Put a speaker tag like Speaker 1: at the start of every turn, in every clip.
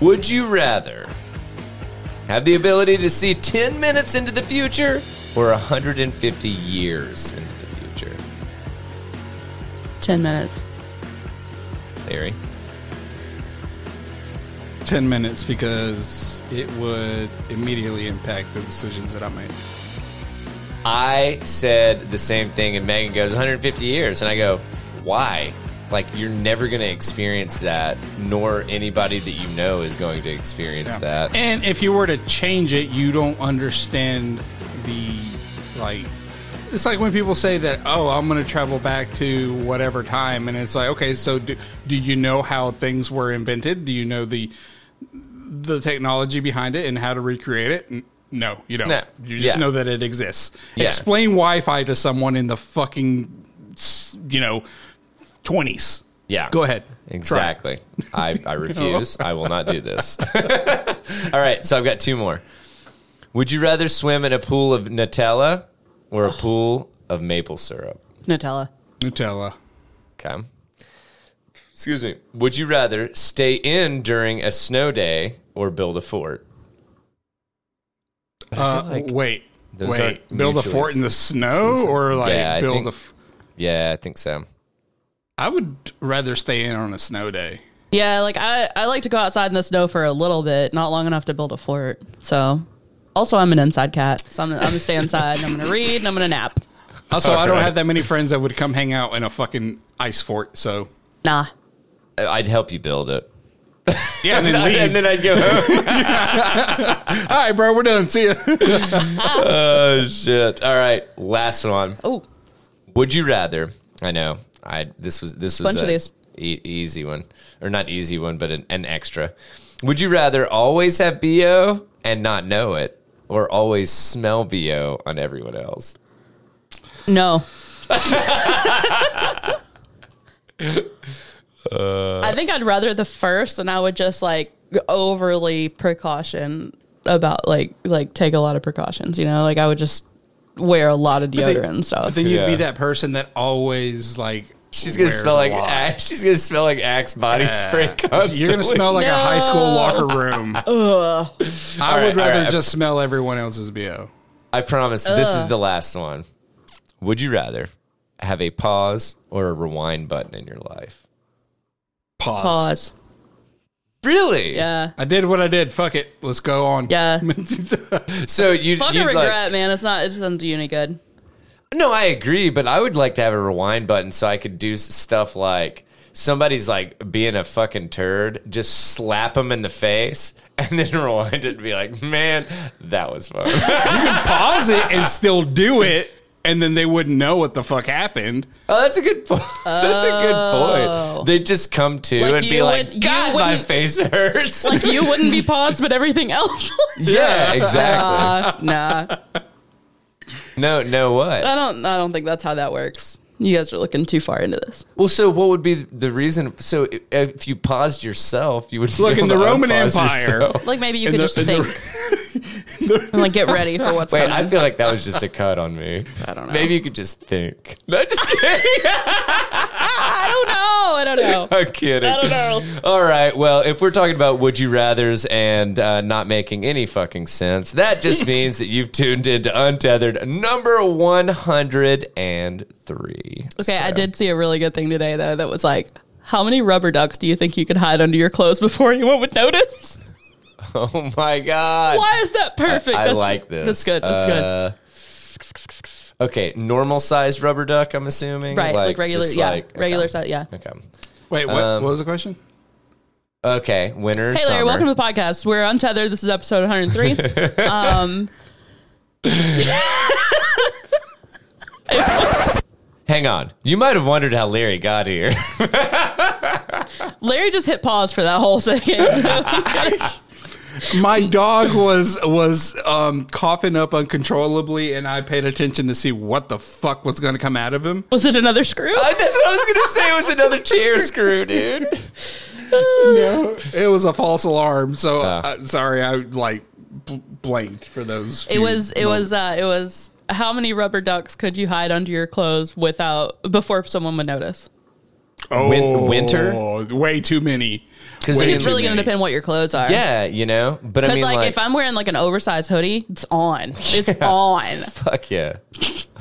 Speaker 1: Would you rather have the ability to see 10 minutes into the future or 150 years into the future?
Speaker 2: 10 minutes.
Speaker 1: Larry?
Speaker 3: 10 minutes because it would immediately impact the decisions that I make.
Speaker 1: I said the same thing, and Megan goes, 150 years. And I go, why? Like, you're never going to experience that, nor anybody that you know is going to experience
Speaker 3: Yeah.
Speaker 1: that.
Speaker 3: And if you were to change it, you don't understand the like. It's like when people say that, "Oh, I'm going to travel back to whatever time," and it's like, okay, so do, do you know how things were invented? Do you know the the technology behind it and how to recreate it? N- No, you don't.
Speaker 1: No.
Speaker 3: You just
Speaker 1: Yeah.
Speaker 3: know that it exists.
Speaker 1: Yeah.
Speaker 3: Explain Wi-Fi to someone in the fucking, s- you know, twenties.
Speaker 1: Yeah.
Speaker 3: Go ahead. Try it.
Speaker 1: Exactly. I, I refuse. I will not do this. All right. So I've got two more. Would you rather swim in a pool of Nutella or
Speaker 3: Oh.
Speaker 1: a pool of maple syrup?
Speaker 2: Nutella.
Speaker 3: Nutella.
Speaker 1: Okay. Excuse me. Would you rather stay in during a snow day or build a fort?
Speaker 3: Uh, wait,
Speaker 1: those
Speaker 3: wait.
Speaker 1: aren't
Speaker 3: Build a
Speaker 1: mutually
Speaker 3: fort in the snow, or like
Speaker 1: Yeah, I
Speaker 3: build
Speaker 1: think-
Speaker 3: a. F-
Speaker 1: Yeah, I think so.
Speaker 3: I would rather stay in on a snow day.
Speaker 2: Yeah, like I, I like to go outside in the snow for a little bit, not long enough to build a fort. So, also, I'm an inside cat. So, I'm, I'm going to stay inside and I'm going to read and I'm going to nap.
Speaker 3: Also, I don't have that many friends that would come hang out in a fucking ice fort. So
Speaker 2: Nah.
Speaker 1: I- I'd help you build it.
Speaker 3: yeah, and then leave.
Speaker 1: And then I'd go oh, home.
Speaker 3: All right, bro, we're done. See ya.
Speaker 1: oh, shit. All right. Last one.
Speaker 2: Oh,
Speaker 1: Would you rather? I know. I this was this was
Speaker 2: Bunch of
Speaker 1: a
Speaker 2: these.
Speaker 1: e- easy one, or not easy one, but an, an extra. Would you rather always have bo and not know it, or always smell bo on everyone else?
Speaker 2: no. I think I'd rather the first, and I would just like overly precaution about like like take a lot of precautions. You know, like I would just wear a lot of
Speaker 3: they-
Speaker 2: deodorant and stuff.
Speaker 3: then you'd
Speaker 1: Yeah.
Speaker 3: be that person that always like.
Speaker 1: She's gonna
Speaker 3: wears
Speaker 1: smell
Speaker 3: a
Speaker 1: like
Speaker 3: lot.
Speaker 1: axe. She's gonna smell like axe body spray. Constantly.
Speaker 3: You're gonna smell like a high school
Speaker 2: No.
Speaker 3: locker room. I
Speaker 1: right,
Speaker 3: would
Speaker 1: all
Speaker 3: rather
Speaker 1: right.
Speaker 3: just smell everyone else's bo.
Speaker 1: I promise. This is the last one. Would you rather have a pause or a rewind button in your life?
Speaker 3: Pause.
Speaker 2: Pause.
Speaker 1: Really?
Speaker 2: Yeah.
Speaker 3: I did what I did. Fuck it. Let's go on.
Speaker 2: Yeah.
Speaker 1: So you
Speaker 2: Fucking
Speaker 1: you'd
Speaker 2: regret,
Speaker 1: like-
Speaker 2: man. It's not. It doesn't do you any good.
Speaker 1: No, I agree, but I would like to have a rewind button so I could do s- stuff like somebody's like being a fucking turd, just slap them in the face and then rewind it and be like, man, that was fun.
Speaker 3: pause it and still do it, and then they wouldn't know what the fuck happened.
Speaker 1: oh, that's a good point. That's a good point. They just come to
Speaker 2: Oh. Like
Speaker 1: and be
Speaker 2: you
Speaker 1: like,
Speaker 2: would- you
Speaker 1: God, my
Speaker 2: wouldn't-
Speaker 1: face hurts.
Speaker 2: You wouldn't be paused, but everything else.
Speaker 1: yeah, exactly.
Speaker 2: uh, nah,
Speaker 1: No, no, what?
Speaker 2: I don't. I don't think that's how that works. You guys are looking too far into this.
Speaker 1: Well, so what would be the reason? So i- if you paused yourself, you would be
Speaker 3: Look in
Speaker 1: able
Speaker 3: the
Speaker 1: to
Speaker 3: Roman
Speaker 1: unpause
Speaker 3: Empire.
Speaker 1: yourself.
Speaker 2: Like maybe you
Speaker 3: And
Speaker 2: could
Speaker 3: the-
Speaker 2: just
Speaker 3: and the-
Speaker 2: think and like get ready for what's
Speaker 1: Wait,
Speaker 2: going
Speaker 1: I
Speaker 2: on.
Speaker 1: feel like that was just a cut on me.
Speaker 2: I don't know.
Speaker 1: Maybe you could just think. No, just kidding.
Speaker 2: I don't know. I don't know.
Speaker 1: I'm kidding.
Speaker 2: I don't know.
Speaker 1: All right. Well, if we're talking about would you rather's and uh, not making any fucking sense, that just means that you've tuned into Untethered number 103.
Speaker 2: Okay, I
Speaker 1: So-
Speaker 2: did see a really good thing today though. That was like, how many rubber ducks do you think you could hide under your clothes before anyone would notice?
Speaker 1: Oh, my God.
Speaker 2: Why is that perfect?
Speaker 1: I
Speaker 2: That's-
Speaker 1: like this. Uh,
Speaker 2: That's good. That's good.
Speaker 1: good. Okay, normal sized rubber duck, I'm assuming.
Speaker 2: Right, like, regular,
Speaker 1: just
Speaker 2: yeah,
Speaker 1: like-
Speaker 2: regular
Speaker 1: okay.
Speaker 2: size, yeah.
Speaker 1: Okay.
Speaker 3: Wait, what,
Speaker 1: Um,
Speaker 3: what was the question?
Speaker 1: Okay, winter.
Speaker 2: Hey Larry,
Speaker 1: summer.
Speaker 2: welcome to the podcast. We're untethered. This is episode 103. um,
Speaker 1: Hang on. You might have wondered how Larry got here.
Speaker 2: Larry just hit pause for that whole second.
Speaker 3: My dog was was um, coughing up uncontrollably, and I paid attention to see what the fuck was going to come out of him.
Speaker 2: was it another screw?
Speaker 1: Oh, That's what I was going to say. It was another chair screw, dude.
Speaker 3: No, it was a false alarm. So
Speaker 1: Ah.
Speaker 3: uh, sorry, I like bl- blanked for those.
Speaker 2: It was. It was. Uh, it was. How many rubber ducks could you hide under your clothes without before someone would notice?
Speaker 1: win- winter.
Speaker 3: Oh, way too many.
Speaker 1: 'Cause
Speaker 3: Way
Speaker 1: I mean,
Speaker 2: It's
Speaker 1: too
Speaker 2: really going to depend what your clothes are.
Speaker 1: Yeah, you know. But I
Speaker 2: Because
Speaker 1: mean,
Speaker 2: like,
Speaker 1: like,
Speaker 2: if I'm wearing like an oversized hoodie, it's on. It's on.
Speaker 1: fuck yeah,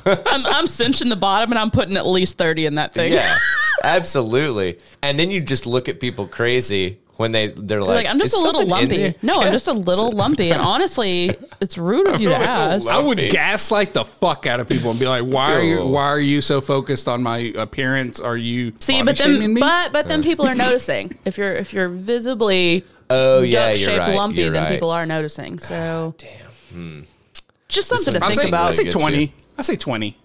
Speaker 2: I'm, I'm cinching the bottom and I'm putting at least thirty in that thing.
Speaker 1: yeah, absolutely. And then you just look at people crazy when they they're like,
Speaker 2: Like I'm just
Speaker 1: "Is
Speaker 2: a little
Speaker 1: something in
Speaker 2: lumpy.
Speaker 1: there?"
Speaker 2: No, I'm just a little lumpy. And honestly, it's rude of you to ask.
Speaker 3: I would
Speaker 1: Lumpy.
Speaker 3: gaslight the fuck out of people and be like, "Why are you,
Speaker 1: Cool.
Speaker 3: why are you so focused on my appearance? Are you
Speaker 2: See,
Speaker 3: body
Speaker 2: but
Speaker 3: shaming
Speaker 2: then,
Speaker 3: me?"
Speaker 2: but but then people are noticing if you're if you're visibly
Speaker 1: Oh yeah,
Speaker 2: duck
Speaker 1: you're
Speaker 2: shaped
Speaker 1: right.
Speaker 2: lumpy,
Speaker 1: you're
Speaker 2: then
Speaker 1: right.
Speaker 2: people are noticing. So
Speaker 1: Damn.
Speaker 2: just something to
Speaker 1: one-
Speaker 3: I
Speaker 2: think
Speaker 3: say, I
Speaker 2: about.
Speaker 3: say
Speaker 1: Really good
Speaker 3: twenty.
Speaker 1: too.
Speaker 3: I say twenty.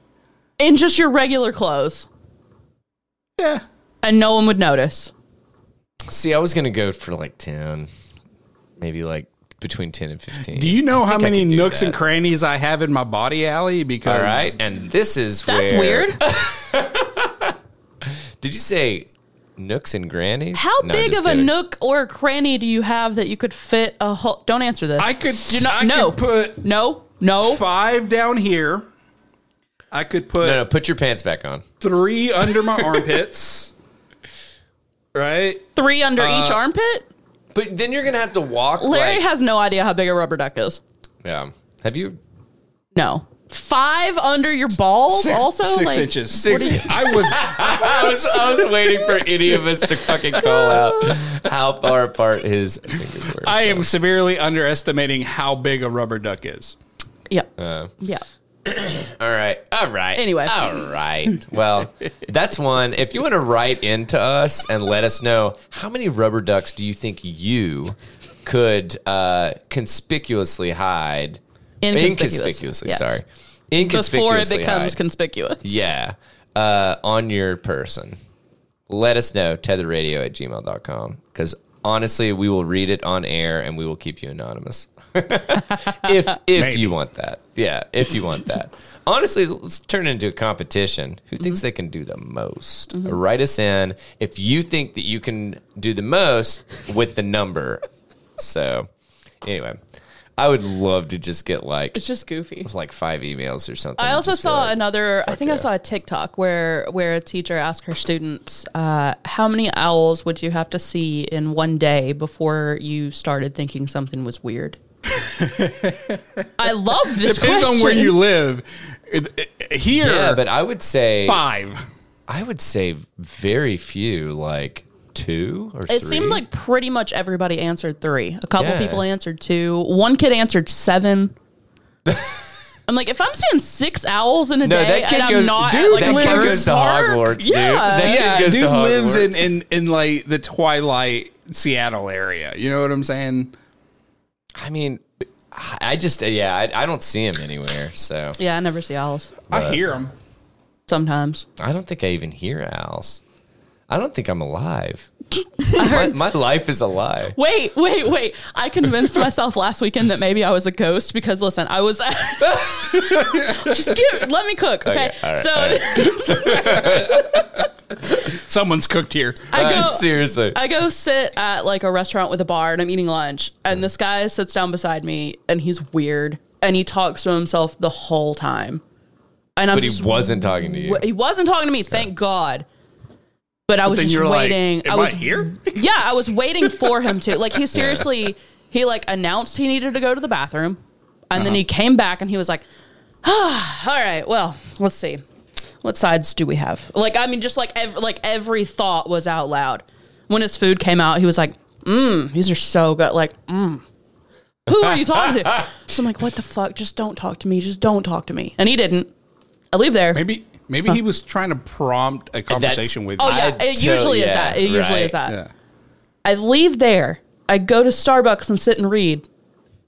Speaker 2: In just your regular clothes,
Speaker 3: Yeah,
Speaker 2: and no one would notice.
Speaker 1: See, I was gonna go for like ten, maybe like between ten and fifteen.
Speaker 3: Do you know how
Speaker 1: think I
Speaker 3: many
Speaker 1: could do
Speaker 3: nooks and
Speaker 1: that.
Speaker 3: crannies I have in my body, Alley? Because
Speaker 1: All right, and this is
Speaker 2: That's
Speaker 1: where-
Speaker 2: weird.
Speaker 1: Did you say nooks and grannies?
Speaker 2: How
Speaker 1: No,
Speaker 2: big
Speaker 1: just
Speaker 2: of a
Speaker 1: kidding.
Speaker 2: nook or a cranny do you have that you could fit a whole? Don't answer this.
Speaker 3: I could
Speaker 2: do not.
Speaker 3: I
Speaker 2: no.
Speaker 3: could put
Speaker 2: no. No.
Speaker 3: five down here. I could put
Speaker 1: No, no, put your pants back on.
Speaker 3: three under my armpits. Right?
Speaker 2: Three under
Speaker 1: uh,
Speaker 2: each armpit.
Speaker 1: But then you're gonna have to walk.
Speaker 2: Larry
Speaker 1: like-
Speaker 2: has no idea how big a rubber duck is.
Speaker 1: Yeah. Have you?
Speaker 2: No. Five under your balls. also,
Speaker 3: six
Speaker 2: like,
Speaker 3: inches.
Speaker 1: Six-
Speaker 3: What do you- I was
Speaker 1: I was, I was waiting for any of us to fucking call out how far apart his fingers were.
Speaker 3: I
Speaker 1: so.
Speaker 3: am severely underestimating how big a rubber duck is.
Speaker 2: Yeah.
Speaker 1: Uh,
Speaker 2: yeah.
Speaker 1: All right. All right.
Speaker 2: Anyway.
Speaker 1: All right. Well, that's one. If you want to write into us and let us know how many rubber ducks do you think you could uh, conspicuously hide?
Speaker 2: Inconspicuous.
Speaker 1: Inconspicuously,
Speaker 2: Yes.
Speaker 1: sorry.
Speaker 2: Before it
Speaker 1: Inconspicuously
Speaker 2: becomes
Speaker 1: hide.
Speaker 2: conspicuous.
Speaker 1: yeah. Uh, on your person. Let us know, tetherradio at gmail.com. Because honestly, we will read it on air and we will keep you anonymous. if if
Speaker 3: Maybe.
Speaker 1: you want that. Yeah, if you want that. honestly, let's turn it into a competition. Who thinks
Speaker 2: Mm-hmm.
Speaker 1: they can do the most? Write us in if you think that you can do the most with the number. so, anyway, I would love to just get like
Speaker 2: It's just goofy.
Speaker 1: like five emails or something.
Speaker 2: I
Speaker 1: and
Speaker 2: also
Speaker 1: just be
Speaker 2: saw
Speaker 1: like,
Speaker 2: another. I think I
Speaker 1: yeah.
Speaker 2: saw a TikTok where where a teacher asked her students, uh, "How many owls would you have to see in one day before you started thinking something was weird?" I love this.
Speaker 3: Depends on where
Speaker 2: question.
Speaker 3: you live. It- it- Here,
Speaker 1: Yeah, but I would say
Speaker 3: five.
Speaker 1: I would say very few, like two or
Speaker 2: It seemed like pretty much everybody answered three. A couple
Speaker 1: Yeah.
Speaker 2: people answered two. One kid answered seven. I'm like, if I'm seeing six owls in a
Speaker 1: No,
Speaker 2: day
Speaker 1: that kid
Speaker 2: and
Speaker 1: goes-
Speaker 2: I'm not
Speaker 1: dude,
Speaker 2: at like
Speaker 1: that
Speaker 2: a
Speaker 1: kid
Speaker 2: bird
Speaker 1: goes to
Speaker 2: park,
Speaker 1: Hogwarts, dude.
Speaker 2: yeah,
Speaker 1: That-
Speaker 3: Yeah,
Speaker 1: goes to
Speaker 3: dude lives in,
Speaker 1: Hogwarts.
Speaker 3: in in like the Twilight Seattle area. You know what I'm saying?
Speaker 1: I mean, I just uh, yeah, I, I don't see him anywhere, so
Speaker 2: yeah, I never see owls.
Speaker 3: I hear them.
Speaker 2: Sometimes
Speaker 1: I don't think I even hear owls. I don't think I'm alive. my, my life is a lie.
Speaker 2: Wait, wait, wait. I convinced myself last weekend that maybe I was a ghost because listen, I was just give let me cook, okay?
Speaker 1: Okay, all right,
Speaker 2: so
Speaker 1: all
Speaker 3: Someone's cooked here.
Speaker 2: I go
Speaker 1: Seriously,
Speaker 2: I go sit at like a restaurant with a bar and I'm eating lunch and this guy sits down beside me and he's weird and he talks to himself the whole time. And I'm
Speaker 1: but he
Speaker 2: just
Speaker 1: wasn't talking to you.
Speaker 2: he wasn't talking to me, thank God. But I was
Speaker 3: then
Speaker 2: just
Speaker 3: you're
Speaker 2: waiting.
Speaker 3: like,
Speaker 2: I
Speaker 3: am I,
Speaker 2: was
Speaker 3: here?
Speaker 2: Yeah, I was waiting for him to. Like he seriously he like announced he needed to go to the bathroom and then he came back and he was like, ah, "All right, well, let's see. What sides do we have?" Like I mean just like ev- like every thought was out loud. When his food came out, he was like, "Mmm, these are so good." Like, "Mmm." Who are you talking to? So I'm like, "What the fuck? Just don't talk to me. Just don't talk to me." And he didn't. I leave there.
Speaker 3: Maybe maybe he was trying to prompt a conversation with
Speaker 2: Oh
Speaker 3: you.
Speaker 2: yeah,
Speaker 1: I
Speaker 2: it
Speaker 1: tell-
Speaker 2: usually is
Speaker 1: yeah,
Speaker 2: that. It usually is
Speaker 1: right.
Speaker 2: that.
Speaker 3: Yeah.
Speaker 2: I leave there. I go to Starbucks and sit and read.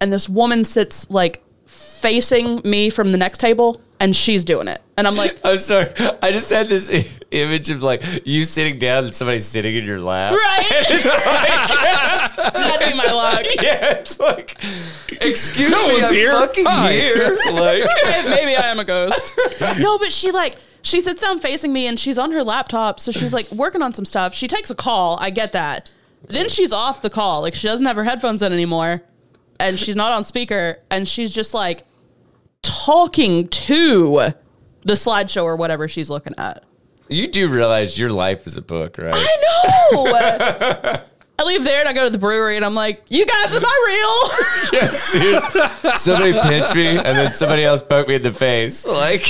Speaker 2: And this woman sits like facing me from the next table and she's doing it. And I'm like,
Speaker 1: I'm sorry. I just had this i- image of like you sitting down and somebody sitting in your lap.
Speaker 2: right? That'd be my luck.
Speaker 1: Yeah, it's like, excuse
Speaker 3: No
Speaker 1: me,
Speaker 3: one's
Speaker 1: I'm
Speaker 3: here.
Speaker 1: fucking
Speaker 3: Hi.
Speaker 1: here. Like,
Speaker 2: Maybe I am a ghost. No, but she like she sits down facing me and she's on her laptop, so she's like working on some stuff. She takes a call, I get that. Then she's off the call. Like she doesn't have her headphones in anymore. And she's not on speaker and she's just like talking to the slideshow or whatever she's looking at.
Speaker 1: You do realize your life is a book, right?
Speaker 2: I know. I leave there and I go to the brewery and I'm like, you guys, am I real?
Speaker 1: Yes, seriously. somebody pinched me, and then somebody else poked me in the face. Like,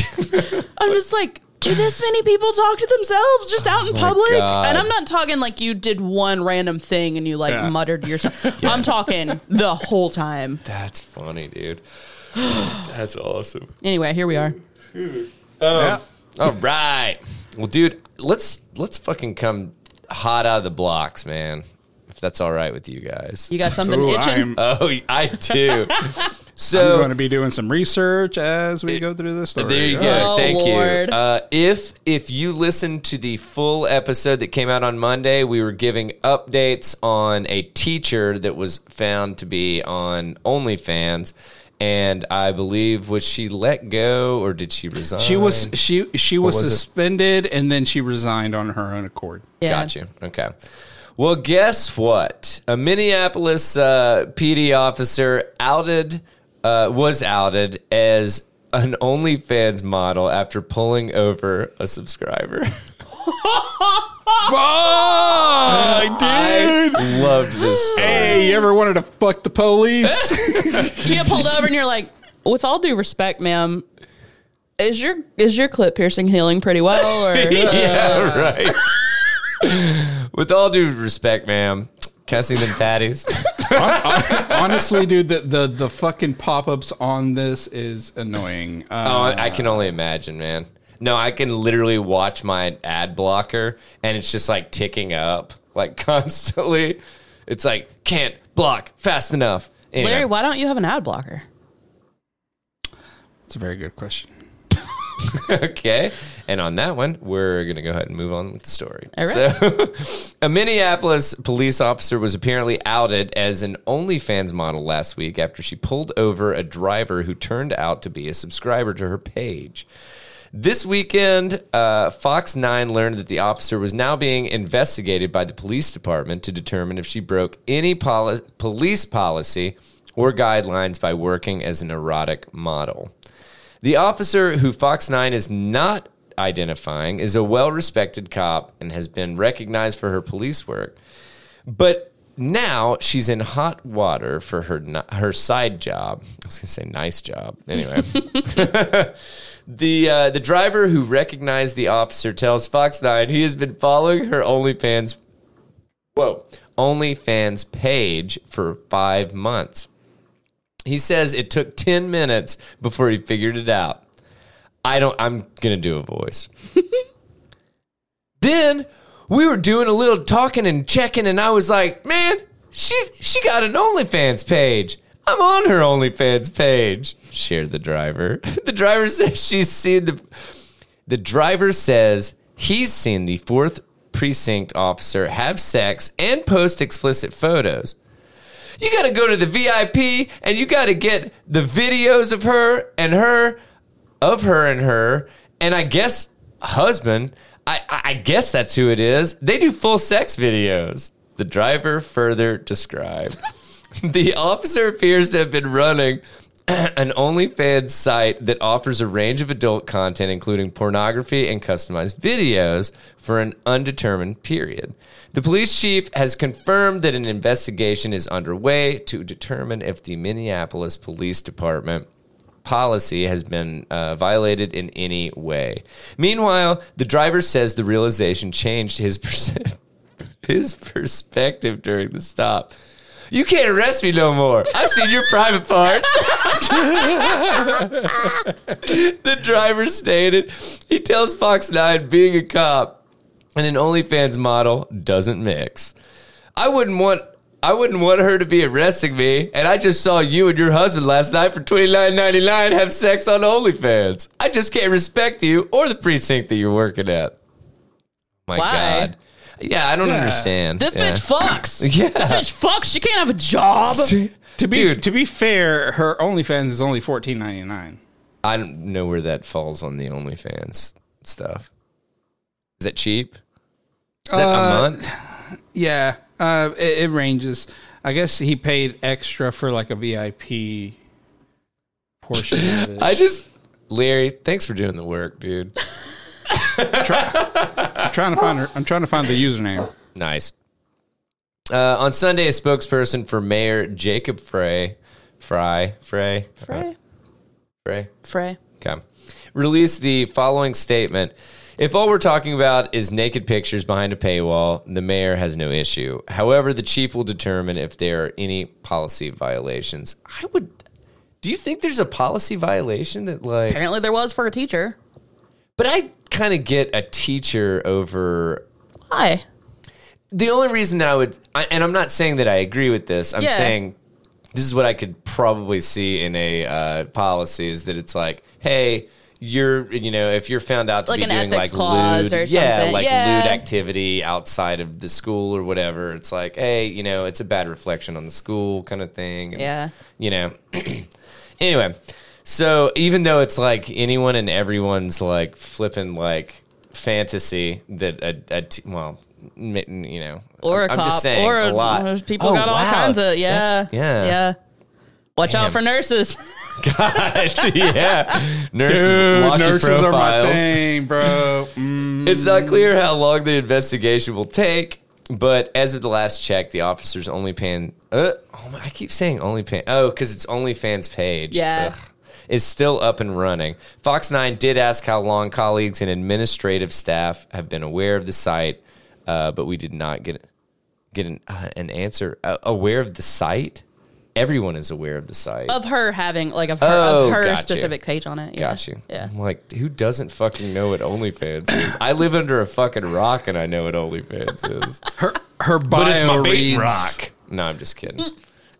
Speaker 2: I'm just like, do this many people talk to themselves just
Speaker 3: Oh
Speaker 2: out in public?
Speaker 1: God.
Speaker 2: And I'm not talking like you did one random thing and you like
Speaker 3: Yeah.
Speaker 2: muttered to yourself. I'm talking the whole time.
Speaker 1: that's funny, dude. That's awesome.
Speaker 2: Anyway, here we are.
Speaker 3: Yeah.
Speaker 1: All right. Well, dude, let's let's fucking come hot out of the blocks, man. If that's all right with you guys.
Speaker 2: You got something
Speaker 3: Ooh,
Speaker 2: itching?
Speaker 3: I'm,
Speaker 1: Oh, I do.
Speaker 3: I'm
Speaker 1: so
Speaker 3: going to be doing some research as we go through this story.
Speaker 1: There you
Speaker 3: Yeah.
Speaker 1: go.
Speaker 2: Oh,
Speaker 1: Thank
Speaker 2: Lord.
Speaker 1: you. Uh, if if you listened to the full episode that came out on Monday, we were giving updates on a teacher that was found to be on OnlyFans, and I believe was she let go or did she resign?
Speaker 3: She was she she was,
Speaker 1: was it?
Speaker 3: suspended and then she resigned on her own accord.
Speaker 2: yeah.
Speaker 1: Got you. Okay. Well, guess what? A Minneapolis uh, PD officer outed uh, was outed as an OnlyFans model after pulling over a subscriber.
Speaker 3: Fuck,
Speaker 1: I loved this. Story.
Speaker 3: Hey, you ever wanted to fuck the police?
Speaker 2: You get pulled over and you're like, with all due respect, ma'am, is your is your clip piercing healing pretty well? Or
Speaker 1: yeah, right. With all due respect, ma'am, cussing them tatties.
Speaker 3: Honestly, dude, the, the the fucking pop ups on this is annoying.
Speaker 1: Oh,
Speaker 3: Uh,
Speaker 1: I I can only imagine, man. No, I can literally watch my ad blocker and it's just like ticking up, like constantly. It's like, can't block fast enough. Anyway,
Speaker 2: Larry, why don't you have an ad blocker?
Speaker 3: it's a very good question.
Speaker 1: okay. And on that one, we're going to go ahead and move on with the story.
Speaker 2: All right.
Speaker 1: So, a Minneapolis police officer was apparently outed as an OnlyFans model last week after she pulled over a driver who turned out to be a subscriber to her page. This weekend, uh, Fox 9 learned that the officer was now being investigated by the police department to determine if she broke any poli- police policy or guidelines by working as an erotic model. The officer who Fox 9 is not identifying is a well respected cop and has been recognized for her police work. But now she's in hot water for her ni- her side job. I was going to say nice job. Anyway. The uh, the driver who recognized the officer tells Fox Nine he has been following her OnlyFans, whoa, OnlyFans page for five months. He says it took ten minutes before he figured it out. I don't. I'm gonna do a voice. then we were doing a little talking and checking, and I was like, "Man, she she got an OnlyFans page. I'm on her OnlyFans page." Shared the driver. The driver says she's seen the. The driver says he's seen the fourth precinct officer have sex and post explicit photos. You got to go to the VIP and you got to get the videos of her and her of her and her, and I guess husband. I, I I guess that's who it is. They do full sex videos. The driver further described. the officer appears to have been running an OnlyFans site that offers a range of adult content, including pornography and customized videos, for an undetermined period. The police chief has confirmed that an investigation is underway to determine if the Minneapolis Police Department policy has been uh, violated in any way. Meanwhile, the driver says the realization changed his perce- his perspective during the stop. You can't arrest me no more. I've seen your private parts. the driver stated. He tells Fox 9 being a cop and an OnlyFans model doesn't mix. I wouldn't want I wouldn't want her to be arresting me, and I just saw you and your husband last night for twenty nine ninety nine have sex on OnlyFans. I just can't respect you or the precinct that you're working at. My
Speaker 2: Why?
Speaker 1: God. Yeah, I don't understand.
Speaker 2: This
Speaker 1: Yeah.
Speaker 2: bitch fucks.
Speaker 1: Yeah.
Speaker 2: This bitch fucks. She can't have a job.
Speaker 3: To be
Speaker 1: Dude.
Speaker 3: to be fair, her OnlyFans is only fourteen ninety nine.
Speaker 1: I don't know where that falls on the OnlyFans stuff. Is that cheap? Is that a month?
Speaker 3: Yeah, uh, it, it ranges. I guess he paid extra for like a VIP portion of it.
Speaker 1: I just Larry, thanks for doing the work, dude.
Speaker 3: I'm trying to find her. I'm trying to find the username.
Speaker 1: Nice. Uh, on Sunday, a spokesperson for Mayor Jacob Frey, Fry, Frey,
Speaker 2: Frey.
Speaker 1: Frey,
Speaker 2: Frey.
Speaker 1: Okay. Release the following statement. If all we're talking about is naked pictures behind a paywall, the mayor has no issue. However, the chief will determine if there are any policy violations. I would. Do you think there's a policy violation that, like.
Speaker 2: Apparently, there was for a teacher.
Speaker 1: But I kind of get a teacher over.
Speaker 2: Why?
Speaker 1: The only reason that I would. I, and I'm not saying that I agree with this, I'm
Speaker 2: Yeah.
Speaker 1: saying this is what I could probably see in a uh, policy is that it's like, hey, you're, you know, if you're found out to
Speaker 2: Like
Speaker 1: be
Speaker 2: an
Speaker 1: doing like
Speaker 2: ethics clause
Speaker 1: lewd,
Speaker 2: or
Speaker 1: yeah,
Speaker 2: something.
Speaker 1: like
Speaker 2: Yeah.
Speaker 1: lewd activity outside of the school or whatever, it's like, hey, you know, it's a bad reflection on the school kind of thing. And,
Speaker 2: Yeah.
Speaker 1: You know, anyway, so even though it's like anyone and everyone's like flipping like fantasy that a, a t- well, m- you know,
Speaker 2: Or a
Speaker 1: I'm- I'm
Speaker 2: cop.
Speaker 1: just saying
Speaker 2: or uh,
Speaker 1: a lot.
Speaker 2: People
Speaker 1: Oh,
Speaker 2: got all
Speaker 1: wow.
Speaker 2: kinds of yeah.
Speaker 1: That's- yeah.
Speaker 2: Yeah. Watch
Speaker 1: Damn.
Speaker 2: out for nurses.
Speaker 1: God, yeah. Nurses, lock your
Speaker 3: nurses are my
Speaker 1: profiles.
Speaker 3: thing, bro.
Speaker 1: It's not clear how long the investigation will take, but as of the last check, the officers only pan. Uh, oh my, I keep saying only pan. Oh, because it's OnlyFans page.
Speaker 2: Yeah.
Speaker 1: Ugh. Is still up and running. Fox 9 did ask how long colleagues and administrative staff have been aware of the site, uh, but we did not get get an, uh, an answer. Uh, aware of the site? Everyone is aware of the site.
Speaker 2: of her having like of her
Speaker 1: Oh,
Speaker 2: of her
Speaker 1: got you.
Speaker 2: specific page on it. Yeah.
Speaker 1: Got you.
Speaker 2: Yeah.
Speaker 1: I'm like, who doesn't fucking know what OnlyFans is? I live under a fucking rock and I know what OnlyFans is.
Speaker 3: Her her bio reads
Speaker 1: No, I'm just kidding.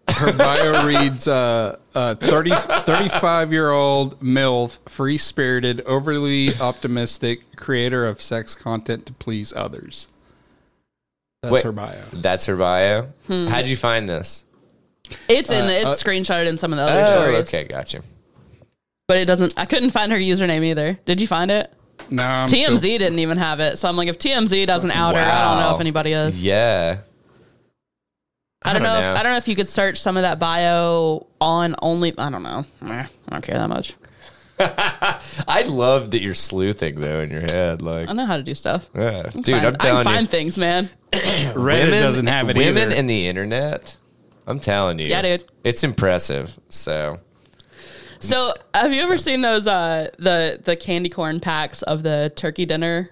Speaker 3: her bio reads uh, uh, 30, 35 year old MILF, free spirited, overly optimistic, creator of sex content to please others. That's
Speaker 1: Wait.
Speaker 3: her bio.
Speaker 1: That's her bio.
Speaker 2: Hmm.
Speaker 1: How'd you find this?
Speaker 2: It's in the it's
Speaker 3: uh,
Speaker 2: screenshotted in some of the other
Speaker 1: Oh,
Speaker 2: stories.
Speaker 1: okay, gotcha.
Speaker 2: But it doesn't I couldn't find her username either. Did you find it?
Speaker 3: No, I'm
Speaker 2: TMZ
Speaker 3: still-
Speaker 2: didn't even have it. So I'm like if TMZ doesn't out her, I don't know
Speaker 1: Wow.
Speaker 2: if anybody is.
Speaker 1: Yeah.
Speaker 2: I don't know, if I don't know if you could search some of that bio on only I don't know. Meh, I don't care that much.
Speaker 1: I love that you're sleuthing though in your head, like,
Speaker 2: I know how to do stuff.
Speaker 1: yeah. dude.
Speaker 2: Find-
Speaker 1: I'm
Speaker 2: I can
Speaker 1: telling you,
Speaker 2: find things, man.
Speaker 3: Reddit doesn't have it
Speaker 1: Women
Speaker 3: either.
Speaker 1: and the internet. I'm telling you,
Speaker 2: Yeah, dude.
Speaker 1: It's impressive. So
Speaker 2: So, have you ever seen those uh the the candy corn packs of the turkey dinner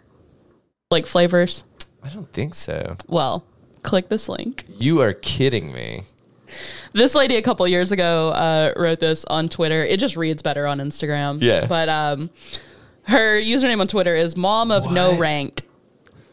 Speaker 2: like flavors?
Speaker 1: I don't think so.
Speaker 2: Well, click this link.
Speaker 1: You are kidding me.
Speaker 2: This lady a couple years ago uh, wrote this on Twitter. It just reads better on Instagram.
Speaker 1: Yeah.
Speaker 2: but um, her username on Twitter is mom of no
Speaker 3: What?
Speaker 2: rank.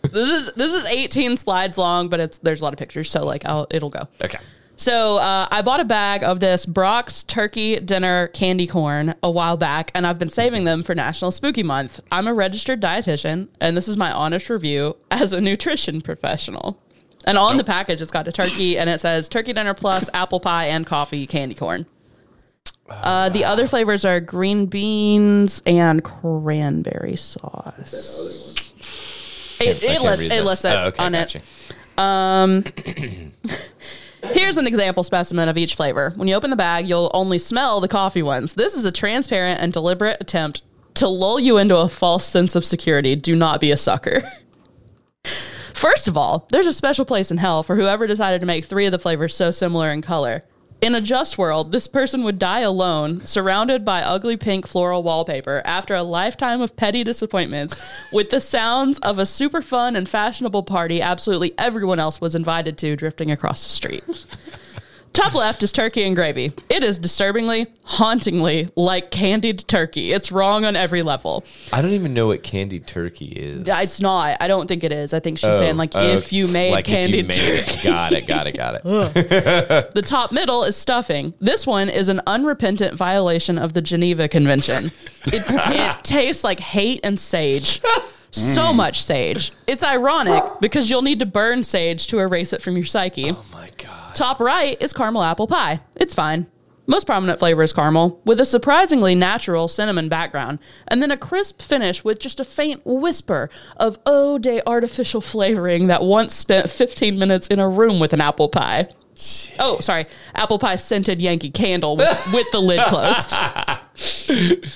Speaker 2: This is this is 18 slides long, but it's there's a lot of pictures, so like I'll, it'll go.
Speaker 1: Okay.
Speaker 2: So uh, I bought a bag of this Brock's turkey dinner candy corn a while back, and I've been saving them for National Spooky Month. I'm a registered dietitian, and this is my honest review as a nutrition professional. And on the package, it's got a turkey, and it says turkey dinner plus apple pie and coffee candy corn.
Speaker 1: Oh,
Speaker 2: Uh, the other flavors are green beans and cranberry sauce. It,
Speaker 1: I
Speaker 2: it
Speaker 1: can't
Speaker 2: lists
Speaker 1: read
Speaker 2: it
Speaker 1: that.
Speaker 2: lists it
Speaker 1: Oh, okay,
Speaker 2: on
Speaker 1: gotcha.
Speaker 2: it. Here's an example specimen of each flavor. When you open the bag, you'll only smell the coffee ones. This is a transparent and deliberate attempt to lull you into a false sense of security. Do not be a sucker. First of all, there's a special place in hell for whoever decided to make three of the flavors so similar in color. In a just world, this person would die alone, surrounded by ugly pink floral wallpaper after a lifetime of petty disappointments, with the sounds of a super fun and fashionable party absolutely everyone else was invited to drifting across the street. Top left is turkey and gravy. It is disturbingly, hauntingly like candied turkey. It's wrong on every level.
Speaker 1: I don't even know what candy turkey is.
Speaker 2: It's not. I don't think it is. I think she's
Speaker 1: Oh,
Speaker 2: saying like
Speaker 1: oh,
Speaker 2: if you made
Speaker 1: like if you
Speaker 2: candied
Speaker 1: made
Speaker 2: turkey.
Speaker 1: it. Got it, got it, got it.
Speaker 2: The top middle is stuffing. This one is an unrepentant violation of the Geneva Convention. It, it tastes like hate and sage.
Speaker 1: Mm.
Speaker 2: So much sage. It's ironic because you'll need to burn sage to erase it from your psyche.
Speaker 1: oh my god.
Speaker 2: Top right is caramel apple pie. It's fine. Most prominent flavor is caramel, with a surprisingly natural cinnamon background, and then a crisp finish with just a faint whisper of eau de artificial flavoring that once spent 15 minutes in a room with an apple
Speaker 1: Oh,
Speaker 2: pie. Oh, sorry. Apple pie scented Yankee candle with, with the lid closed.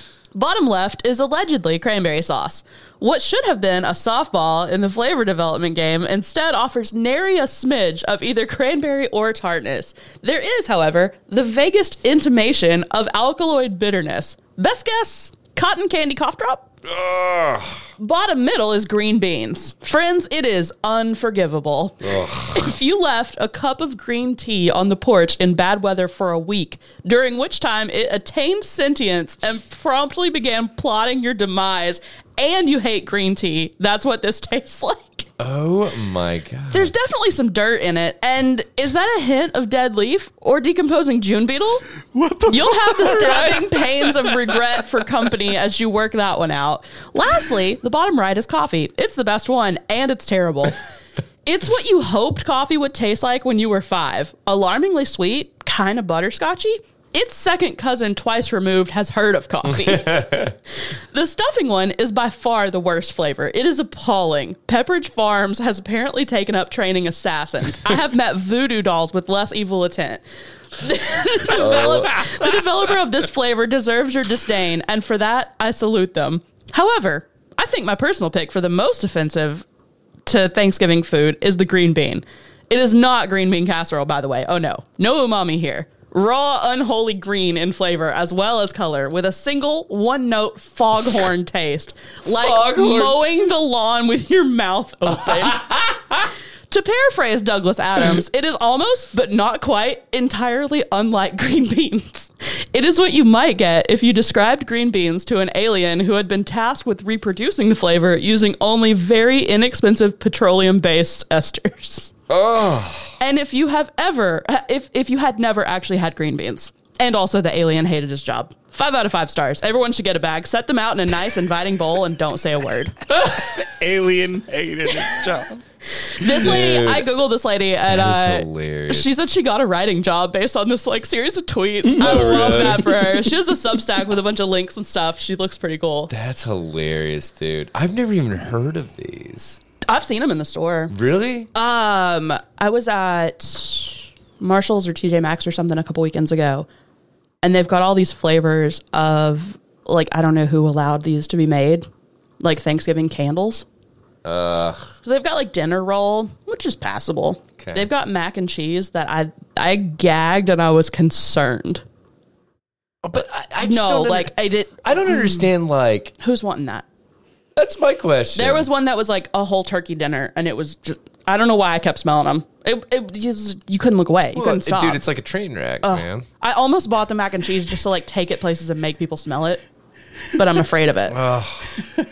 Speaker 2: Bottom left is allegedly cranberry sauce. What should have been a softball in the flavor development game instead offers nary a smidge of either cranberry or tartness. There is, however, the vaguest intimation of alkaloid bitterness. Best guess cotton candy cough drop? Bottom middle is green beans. Friends, it is unforgivable. If you left a cup of green tea on the porch in bad weather for a week, during which time it attained sentience and promptly began plotting your demise, and you hate green tea, that's what this tastes like.
Speaker 1: Oh my god.
Speaker 2: There's definitely some dirt in it. And is that a hint of dead leaf or decomposing June beetle?
Speaker 3: What the
Speaker 2: You'll have the stabbing pains of regret for company as you work that one out. Lastly, the bottom right is coffee. It's the best one, and it's terrible. It's what you hoped coffee would taste like when you were five. Alarmingly sweet, kind of butterscotchy. Its second cousin, twice removed, has heard of coffee. The stuffing one is by far the worst flavor. It is appalling. Pepperidge Farms has apparently taken up training assassins. I have met voodoo dolls with less evil intent. the, develop- the developer of this flavor deserves your disdain, and for that, I salute them. However, I think my personal pick for the most offensive to Thanksgiving food is the green bean. It is not green bean casserole, by the way. Oh no, no umami here. Raw, unholy green in flavor as well as color, with a single one note foghorn taste, like
Speaker 1: Foghorn.
Speaker 2: mowing the lawn with your mouth open. to paraphrase Douglas Adams, it is almost, but not quite, entirely unlike green beans. It is what you might get if you described green beans to an alien who had been tasked with reproducing the flavor using only very inexpensive petroleum based esters. And if you have ever, if, if you had never actually had green beans, and also the alien hated his job. Five out of five stars. Everyone should get a bag. Set them out in a nice, inviting bowl and don't say a word.
Speaker 3: alien hated his job.
Speaker 2: This lady,
Speaker 1: Dude.
Speaker 2: I Googled this lady and
Speaker 1: That is
Speaker 2: uh,
Speaker 1: hilarious.
Speaker 2: She said she got a writing job based on this like series of tweets. I love
Speaker 1: really?
Speaker 2: that for her. She has a Substack with a bunch of links and stuff. She looks pretty cool.
Speaker 1: That's hilarious, dude. I've never even heard of these.
Speaker 2: I've seen them in the store.
Speaker 1: Really?
Speaker 2: Um, I was at Marshalls or TJ Maxx or something a couple weekends ago, and they've got all these flavors of like I don't know who allowed these to be made, like Thanksgiving candles. Ugh. So they've got like dinner roll, which is passable.
Speaker 1: 'Kay.
Speaker 2: They've got mac and cheese that I I gagged and I was concerned.
Speaker 1: but I, I just
Speaker 2: No,
Speaker 1: don't under-
Speaker 2: like I did.
Speaker 1: I don't understand. Like
Speaker 2: Who's wanting that?
Speaker 1: that's my question.
Speaker 2: There was one that was like a whole turkey dinner, and it was just I don't know why I kept smelling them. It, it just, you couldn't look away. You
Speaker 1: Well,
Speaker 2: couldn't stop.
Speaker 1: dude. It's like a train wreck, man.
Speaker 2: I almost bought the mac and cheese just to like take it places and make people smell it, but I'm afraid of it.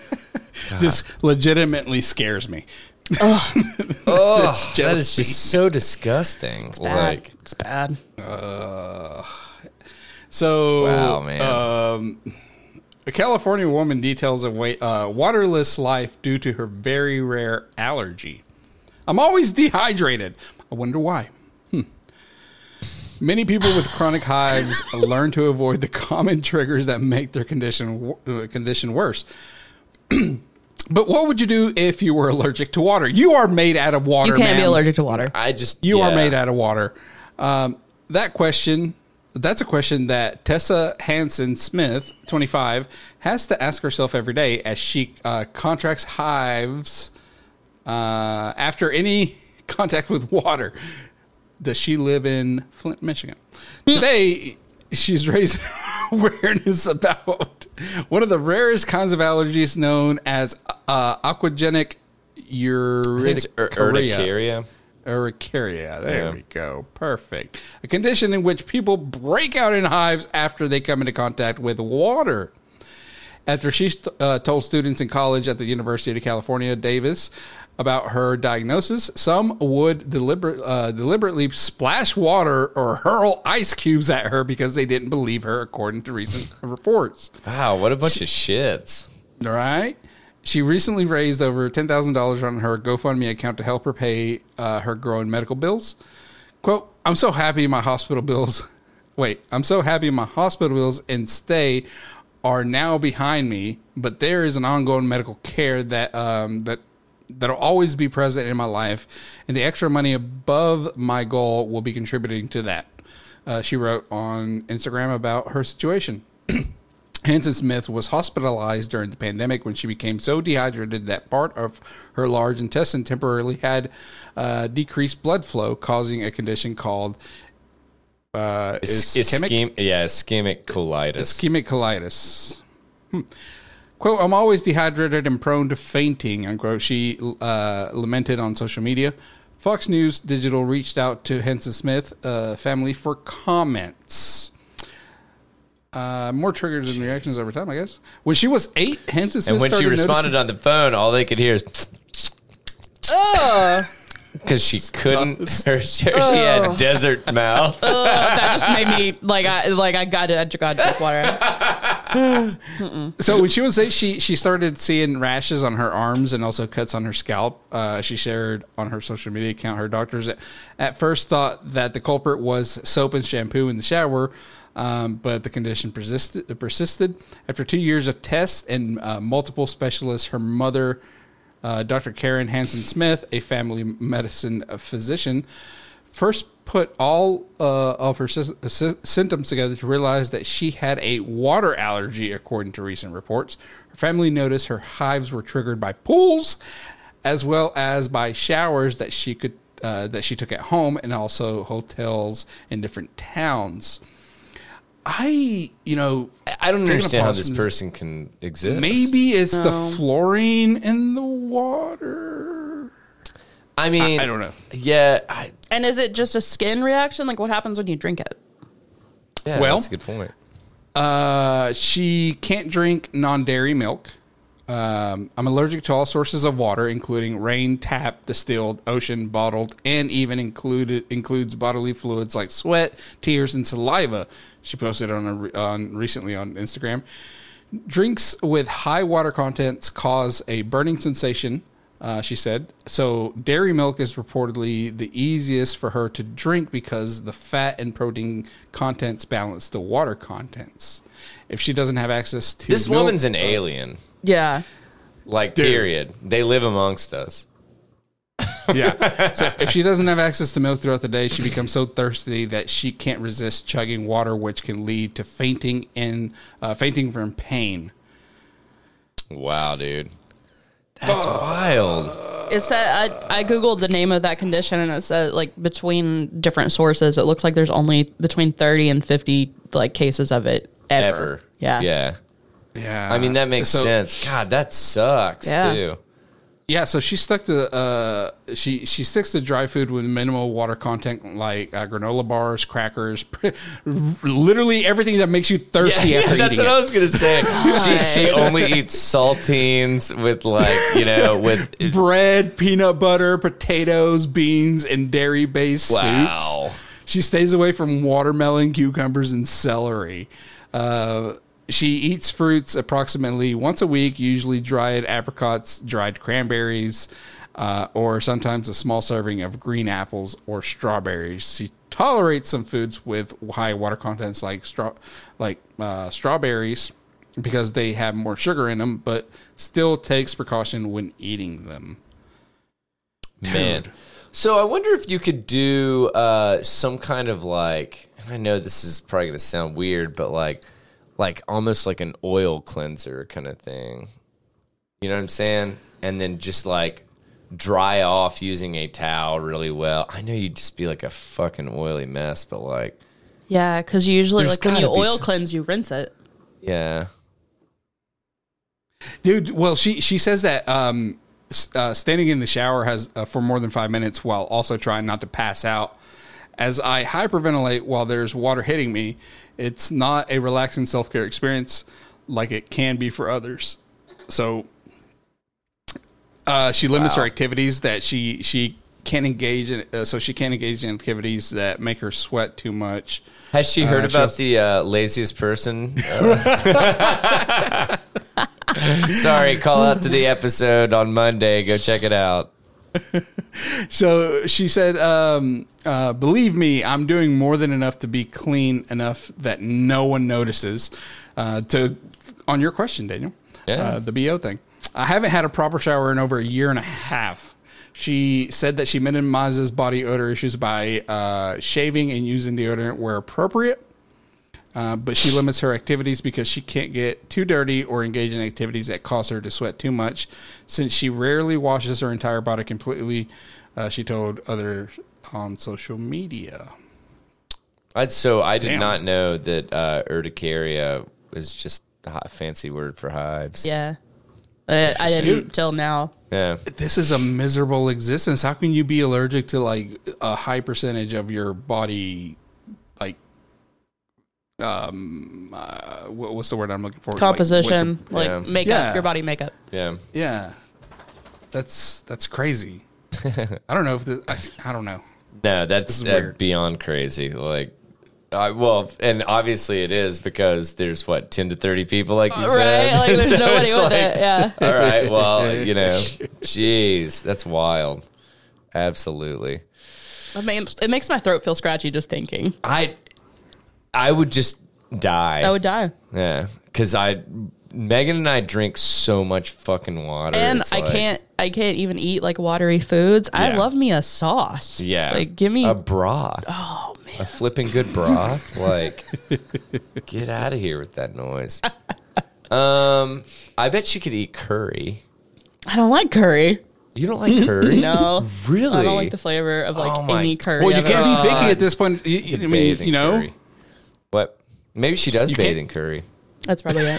Speaker 3: This legitimately scares me.
Speaker 1: Oh, that is
Speaker 3: jealousy.
Speaker 1: just so disgusting.
Speaker 2: Bad.
Speaker 1: Like,
Speaker 2: it's bad.
Speaker 3: So
Speaker 1: wow, man.
Speaker 3: A California woman details a wa- uh, waterless life due to her very rare allergy. I'm always dehydrated. I wonder why. Hmm. Many people with chronic hives learn to avoid the common triggers that make their condition wo- uh, condition worse. but what would you do if you were allergic to water? You are made out of water.
Speaker 2: You can't be
Speaker 3: ma'am.
Speaker 2: allergic to water.
Speaker 1: I just
Speaker 3: You are
Speaker 1: yeah.
Speaker 3: made out of water. Um, that question, that's a question that Tessa Hansen Smith, 25, has to ask herself every day as she uh, contracts hives uh, after any contact with water. Does she live in Flint, Michigan?
Speaker 1: Hmm.
Speaker 3: Today, she's raising awareness about one of the rarest kinds of allergies known as uh, aquagenic
Speaker 1: It's ur-
Speaker 3: urticaria.
Speaker 1: urticaria.
Speaker 3: Urticaria. There
Speaker 1: Yeah.
Speaker 3: we go. Perfect. A condition in which people break out in hives after they come into contact with water. After she uh, told students in college at the University of California, Davis, about her diagnosis, some would deliber- uh, deliberately splash water or hurl ice cubes at her because they didn't believe her, according to recent reports.
Speaker 1: Wow, what a bunch of shits.
Speaker 3: All right. She recently raised over ten thousand dollars on her GoFundMe account to help her pay uh, her growing medical bills. "Quote: I'm so happy my hospital bills. Wait, I'm so happy my hospital bills and stay are now behind me. But there is an ongoing medical care that um, that that'll always be present in my life, and the extra money above my goal will be contributing to that." Uh, she wrote on Instagram about her situation. Hanson Smith was hospitalized during the pandemic when she became so dehydrated that part of her large intestine temporarily had uh, decreased blood flow, causing a condition called uh, ischemic,
Speaker 1: Ischemic? yeah, ischemic colitis.
Speaker 3: ischemic colitis. Hmm. Quote, I'm always dehydrated and prone to fainting, unquote, she uh, lamented on social media. Fox News Digital reached out to Henson Smith uh, family for comments. Uh, more triggers and reactions over time, I guess. When she was eight, Henson Smith
Speaker 1: and when she
Speaker 3: started noticing-
Speaker 1: responded on the phone, all they could hear is
Speaker 2: Ugh.
Speaker 1: because she couldn't. Her, she
Speaker 2: Oh.
Speaker 1: had desert mouth.
Speaker 2: Ugh, that just made me like I like I got to I got to drink water.
Speaker 3: So when she was eight, she she started seeing rashes on her arms and also cuts on her scalp. Uh, she shared on her social media account. Her doctors at, at first thought that the culprit was soap and shampoo in the shower, um, but the condition persisted. Persisted after two years of tests and uh, multiple specialists. Her mother, uh, Dr. Karen Hansen Smith, a family medicine physician, first put all uh, of her sy- sy- symptoms together to realize that she had a water allergy, according to recent reports. Her family noticed her hives were triggered by pools, as well as by showers that she could uh, that she took at home and also hotels in different towns. I, you know,
Speaker 1: I don't
Speaker 3: a
Speaker 1: understand how
Speaker 3: pause
Speaker 1: this
Speaker 3: from this.
Speaker 1: person can exist.
Speaker 3: maybe it's the fluorine in the water.
Speaker 1: I mean,
Speaker 3: I- I don't know.
Speaker 1: Yeah, I,
Speaker 2: And is it just a skin reaction? Like what happens when you drink it?
Speaker 1: yeah,
Speaker 3: Well-
Speaker 1: that's a good point.
Speaker 3: Uh, she can't drink non-dairy milk. Um, I'm allergic to all sources of water, including rain, tap, distilled, ocean, bottled, and even included includes bodily fluids like sweat, tears, and saliva. She posted on a, re- on recently on Instagram. Drinks with high water contents cause a burning sensation, uh, she said. So, dairy milk is reportedly the easiest for her to drink because the fat and protein contents balance the water contents. If she doesn't have access to
Speaker 1: This
Speaker 3: milk-
Speaker 1: woman's an alien.
Speaker 2: Yeah.
Speaker 1: Like, period. They live amongst us.
Speaker 3: yeah. So if she doesn't have access to milk throughout the day, she becomes so thirsty that she can't resist chugging water, which can lead to fainting and uh, fainting from pain.
Speaker 1: Wow, dude, that's wild.
Speaker 2: It said I, I googled the name of that condition and it said like between different sources it looks like there's only between 30 and 50 like cases of it ever.
Speaker 1: Ever.
Speaker 2: Yeah.
Speaker 1: Yeah.
Speaker 3: Yeah.
Speaker 1: I mean, that makes
Speaker 3: So-
Speaker 1: sense. God, that sucks
Speaker 2: Yeah.
Speaker 1: too.
Speaker 3: Yeah, so she stuck to uh, she she sticks to dry food with minimal water content, like uh, granola bars, crackers, literally everything that makes you thirsty after
Speaker 1: that's
Speaker 3: eating
Speaker 1: what
Speaker 3: it.
Speaker 1: I was gonna say. she, she
Speaker 2: God.
Speaker 1: only eats saltines with like you know with
Speaker 3: Bread, peanut butter, potatoes, beans, and dairy based
Speaker 1: Wow.
Speaker 3: soups. She stays away from watermelon, cucumbers, and celery. Uh, she eats fruits approximately once a week, usually dried apricots, dried cranberries, uh, or sometimes a small serving of green apples or strawberries. She tolerates some foods with high water contents like straw, like uh, strawberries, because they have more sugar in them, but still takes precaution when eating them.
Speaker 1: man. So I wonder if you could do uh, some kind of like. and I know this is probably gonna sound weird, but like, like almost like an oil cleanser kind of thing. You know what I'm saying? And then just like dry off using a towel really well. I know you'd just be like a fucking oily mess, but like,
Speaker 2: Yeah, cuz usually
Speaker 1: There's
Speaker 2: like when you
Speaker 1: gotta be
Speaker 2: oil
Speaker 1: some-
Speaker 2: cleanse you rinse it.
Speaker 1: yeah.
Speaker 3: dude well she she says that um s- uh, standing in the shower has uh, for more than five minutes while also trying not to pass out as i hyperventilate while there's water hitting me it's not a relaxing self-care experience like it can be for others so uh, she limits her activities that she she can't engage in uh, so she can't engage in activities that make her sweat too much
Speaker 1: Has she heard
Speaker 3: Uh,
Speaker 1: about
Speaker 3: she's-
Speaker 1: the uh, laziest person? Uh, Sorry, call out to the episode on Monday. Go check it out.
Speaker 3: So she said, um, uh, "Believe me, I'm doing more than enough to be clean enough that no one notices." Uh, to on your question, Daniel,
Speaker 1: Yeah.
Speaker 3: uh, the bo thing. I haven't had a proper shower in over a year and a half. She said that she minimizes body odor issues by uh, shaving and using deodorant where appropriate. Uh, but she limits her activities because she can't get too dirty or engage in activities that cause her to sweat too much. Since she rarely washes her entire body completely, uh, she told others on social media.
Speaker 1: I'd, so I did
Speaker 3: Damn.
Speaker 1: not know that uh, urticaria is just a hi- fancy word for hives.
Speaker 2: Yeah. Uh, I didn't till now.
Speaker 1: Yeah.
Speaker 3: This is a miserable existence. How can you be allergic to like a high percentage of your body? Like, um, uh, what, what's the word I'm looking for? Like, what-
Speaker 2: Composition, like,
Speaker 1: Yeah.
Speaker 2: makeup,
Speaker 3: Yeah.
Speaker 2: your body makeup.
Speaker 1: Yeah.
Speaker 3: Yeah, that's that's crazy. I don't know if the, I, I don't know.
Speaker 1: No, that's
Speaker 3: is
Speaker 1: uh,
Speaker 3: weird.
Speaker 1: beyond crazy. Like, I well, and obviously it is because there's what ten to thirty people, like you said.
Speaker 2: Right? Like there's
Speaker 1: So
Speaker 2: nobody
Speaker 1: it's
Speaker 2: with
Speaker 1: like,
Speaker 2: it. Yeah.
Speaker 1: All right, well, you know, jeez, that's wild. Absolutely,
Speaker 2: I mean, it makes my throat feel scratchy just thinking.
Speaker 1: I, I would just die.
Speaker 2: I would die.
Speaker 1: yeah, because I, Megan and I drink so much fucking water,
Speaker 2: And
Speaker 1: It's
Speaker 2: I
Speaker 1: like-
Speaker 2: can't I can't even eat like watery foods. I
Speaker 1: Yeah.
Speaker 2: love me a sauce.
Speaker 1: Yeah,
Speaker 2: Like give me
Speaker 1: a broth. Oh man, a flipping good broth. like, get out of here with that noise. Um, I bet you could eat curry.
Speaker 2: I don't like curry.
Speaker 1: You don't like curry?
Speaker 2: No.
Speaker 1: really.
Speaker 2: I don't like the flavor of like
Speaker 1: Oh my-
Speaker 2: any curry.
Speaker 3: Well, you
Speaker 2: I've
Speaker 3: can't
Speaker 2: ever-
Speaker 3: be picky at this point. You- you- I mean,
Speaker 1: Bathing
Speaker 3: you know,
Speaker 1: curry. What? Maybe she does
Speaker 3: You
Speaker 1: bathe
Speaker 3: can't-
Speaker 1: in curry.
Speaker 2: That's probably it.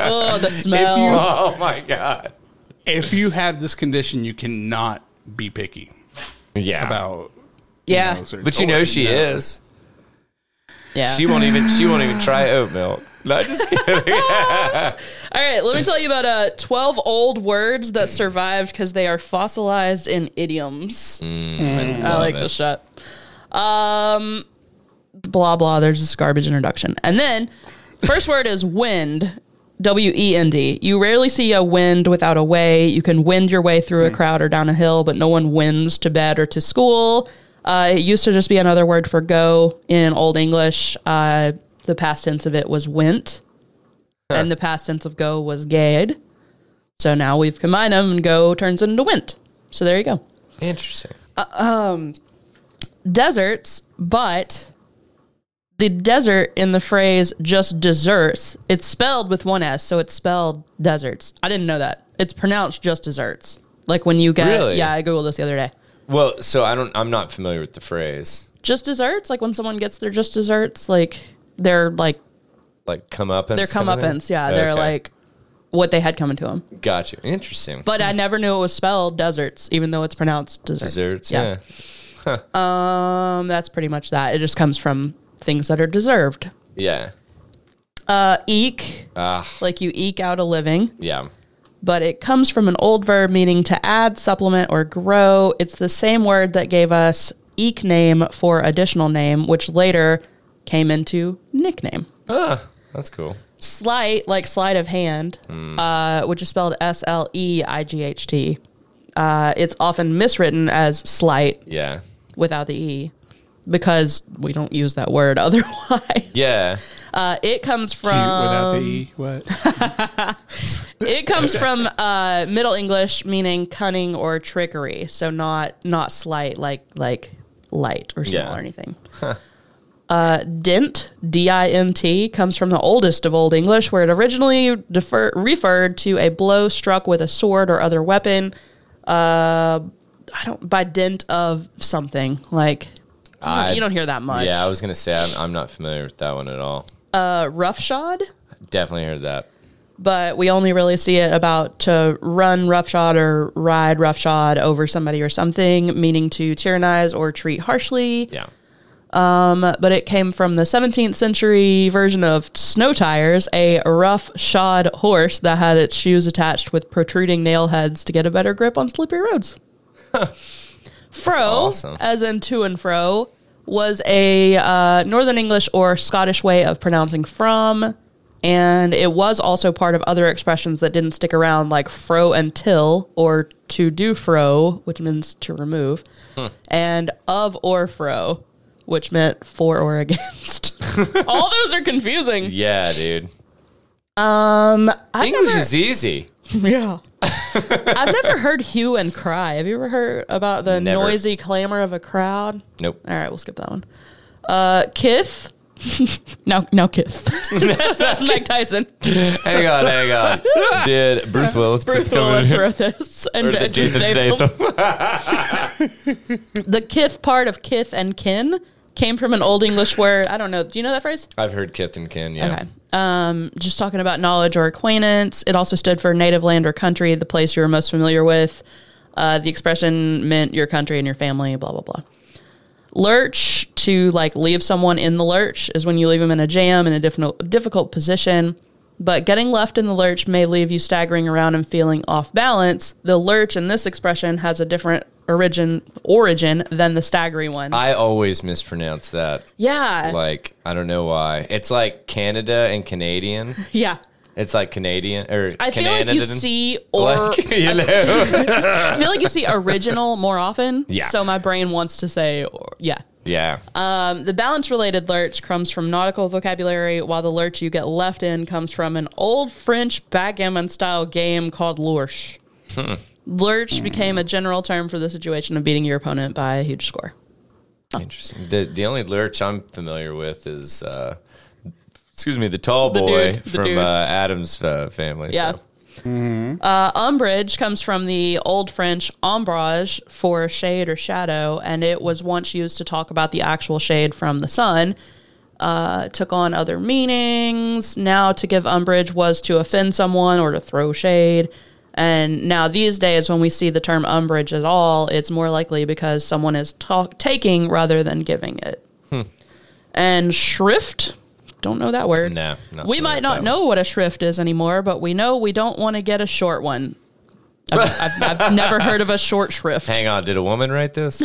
Speaker 2: oh, the smell.
Speaker 1: Oh my god.
Speaker 3: if you have this condition, you cannot be picky
Speaker 1: Yeah.
Speaker 3: about.
Speaker 2: yeah.
Speaker 3: you know, certain-
Speaker 1: but you
Speaker 3: or,
Speaker 1: know she is.
Speaker 2: yeah.
Speaker 1: She won't even. She won't even try oat milk. No, I'm just kidding.
Speaker 2: All right, let me tell you about uh, 12 old words that survived because they are fossilized in idioms. I
Speaker 1: Mm,
Speaker 2: like
Speaker 1: it.
Speaker 2: this shot. Um, blah, blah. There's this garbage introduction. And then, first word is wind. W E N D. You rarely see a wind without a way. You can wind your way through a crowd or down a hill, but no one wins to bed or to school. Uh, it used to just be another word for go in Old English. Uh, the past tense of it was went, and the past tense of go was gaed. So now we've combined them, and go turns into went. So there you go
Speaker 1: Interesting.
Speaker 2: deserts, um, but the desert in the phrase just desserts, it's spelled with one S, so it's spelled deserts. I didn't know that. It's pronounced just desserts. Like when you get,
Speaker 1: Really?
Speaker 2: yeah, I Googled this the other day.
Speaker 1: Well, so I don't. I'm not familiar with the phrase.
Speaker 2: Just desserts, like when someone gets their just desserts, like they're like,
Speaker 1: Like come up and
Speaker 2: their comeuppance. Yeah, they're like what they had coming to them.
Speaker 1: Got you. Interesting.
Speaker 2: But I never knew it was spelled deserts, even though it's pronounced desserts.
Speaker 1: desserts. Yeah.
Speaker 2: Um, that's pretty much that. It just comes from things that are deserved.
Speaker 1: Yeah.
Speaker 2: Uh, eek,
Speaker 3: Ah.
Speaker 2: like you eke out a living.
Speaker 1: Yeah.
Speaker 2: but it comes from an old verb meaning to add, supplement, or grow. It's the same word that gave us eek name for additional name, which later came into nickname.
Speaker 1: That's cool.
Speaker 2: Slight, like sleight of hand,
Speaker 3: Hmm.
Speaker 2: uh, which is spelled S L E I G H T. Uh, it's often miswritten as slight
Speaker 1: Yeah.
Speaker 2: without the E because we don't use that word otherwise.
Speaker 1: Yeah.
Speaker 2: Uh, it comes
Speaker 3: Cute
Speaker 2: from.
Speaker 3: without the E. What?
Speaker 2: It comes from uh, Middle English meaning cunning or trickery, so not not slight like like light or small
Speaker 1: Yeah.
Speaker 2: or anything. Uh, dint d i n t comes from the oldest of Old English, where it originally defer- referred to a blow struck with a sword or other weapon. Uh, I don't by dint of something like. You don't,
Speaker 1: I-
Speaker 2: you don't hear that much.
Speaker 1: Yeah. I was gonna say I'm, I'm not familiar with that one at all.
Speaker 2: uh, roughshod.
Speaker 1: Definitely heard that.
Speaker 2: but we only really see it about to run roughshod or ride roughshod over somebody or something, meaning to tyrannize or treat harshly.
Speaker 1: Yeah.
Speaker 2: Uh, But it came from the 17th century version of snow tires, a rough shod horse that had its shoes attached with protruding nail heads to get a better grip on slippery roads. fro,
Speaker 1: awesome.
Speaker 2: as in to and fro, was a uh, Northern English or Scottish way of pronouncing from, and it was also part of other expressions that didn't stick around, like fro and till, or to do fro, which means to remove, and of or fro, which meant for or against. All those are confusing.
Speaker 1: Yeah, dude.
Speaker 2: I've
Speaker 1: English
Speaker 2: never-
Speaker 1: is easy.
Speaker 2: Yeah. I've never heard hue and cry. Have you ever heard about the
Speaker 1: Never.
Speaker 2: noisy clamor of a crowd?
Speaker 1: Nope.
Speaker 2: All right, we'll skip that one. Uh, kith Now, now kiss. That's Mike Tyson.
Speaker 1: Hang on, hang on. Did Bruce Willis?
Speaker 2: Bruce Willis wrote this, and
Speaker 1: Or
Speaker 2: uh,
Speaker 1: did
Speaker 2: Jason
Speaker 1: Jason
Speaker 2: Statham.
Speaker 1: Statham?
Speaker 2: The kith part of kith and kin came from an old English word. I don't know. Do you know that phrase?
Speaker 1: I've heard Kith and Kin. Yeah.
Speaker 2: Okay. Um, just talking about knowledge or acquaintance. It also stood for native land or country, the place you were most familiar with. Uh, the expression meant your country and your family, blah, blah, blah. Lurch, to like leave someone in the lurch, is when you leave them in a jam in a difficult, difficult position. But getting left in the lurch may leave you staggering around and feeling off balance. The lurch in this expression has a different origin origin than the staggery one.
Speaker 1: I always mispronounce that.
Speaker 2: yeah.
Speaker 1: Like I don't know why. It's like Canada and Canadian.
Speaker 2: yeah.
Speaker 1: It's like Canadian or
Speaker 2: I feel like you
Speaker 1: Canadian.
Speaker 2: see or
Speaker 1: Like, you know?
Speaker 2: I feel like you see original more often.
Speaker 1: Yeah.
Speaker 2: So my brain wants to say, or, yeah.
Speaker 1: yeah.
Speaker 2: Um, the balance related lurch comes from nautical vocabulary, while the lurch you get left in comes from an old French backgammon style game called lurch.
Speaker 1: Hmm.
Speaker 2: Lurch became a general term for the situation of beating your opponent by a huge score.
Speaker 1: Interesting. The the only lurch I'm familiar with is uh excuse me, the tall
Speaker 2: The
Speaker 1: boy
Speaker 2: dude, the
Speaker 1: from
Speaker 2: dude.
Speaker 1: uh, Adam's uh, family.
Speaker 2: Yeah.
Speaker 1: So.
Speaker 2: Uh, umbrage comes from the old French ombrage for shade or shadow, and it was once used to talk about the actual shade from the sun. Uh, it took on other meanings. Now, to give umbrage was to offend someone or to throw shade. And now, these days, when we see the term umbrage at all, it's more likely because someone is talk- taking rather than giving it. And shrift, don't know that word.
Speaker 1: No, not
Speaker 2: we
Speaker 1: familiar
Speaker 2: might
Speaker 1: with
Speaker 2: not
Speaker 1: that
Speaker 2: know what a shrift is anymore, but we know we don't want to get a short one. I've, I've, I've never heard of a short shrift.
Speaker 1: Hang on, did a woman write this?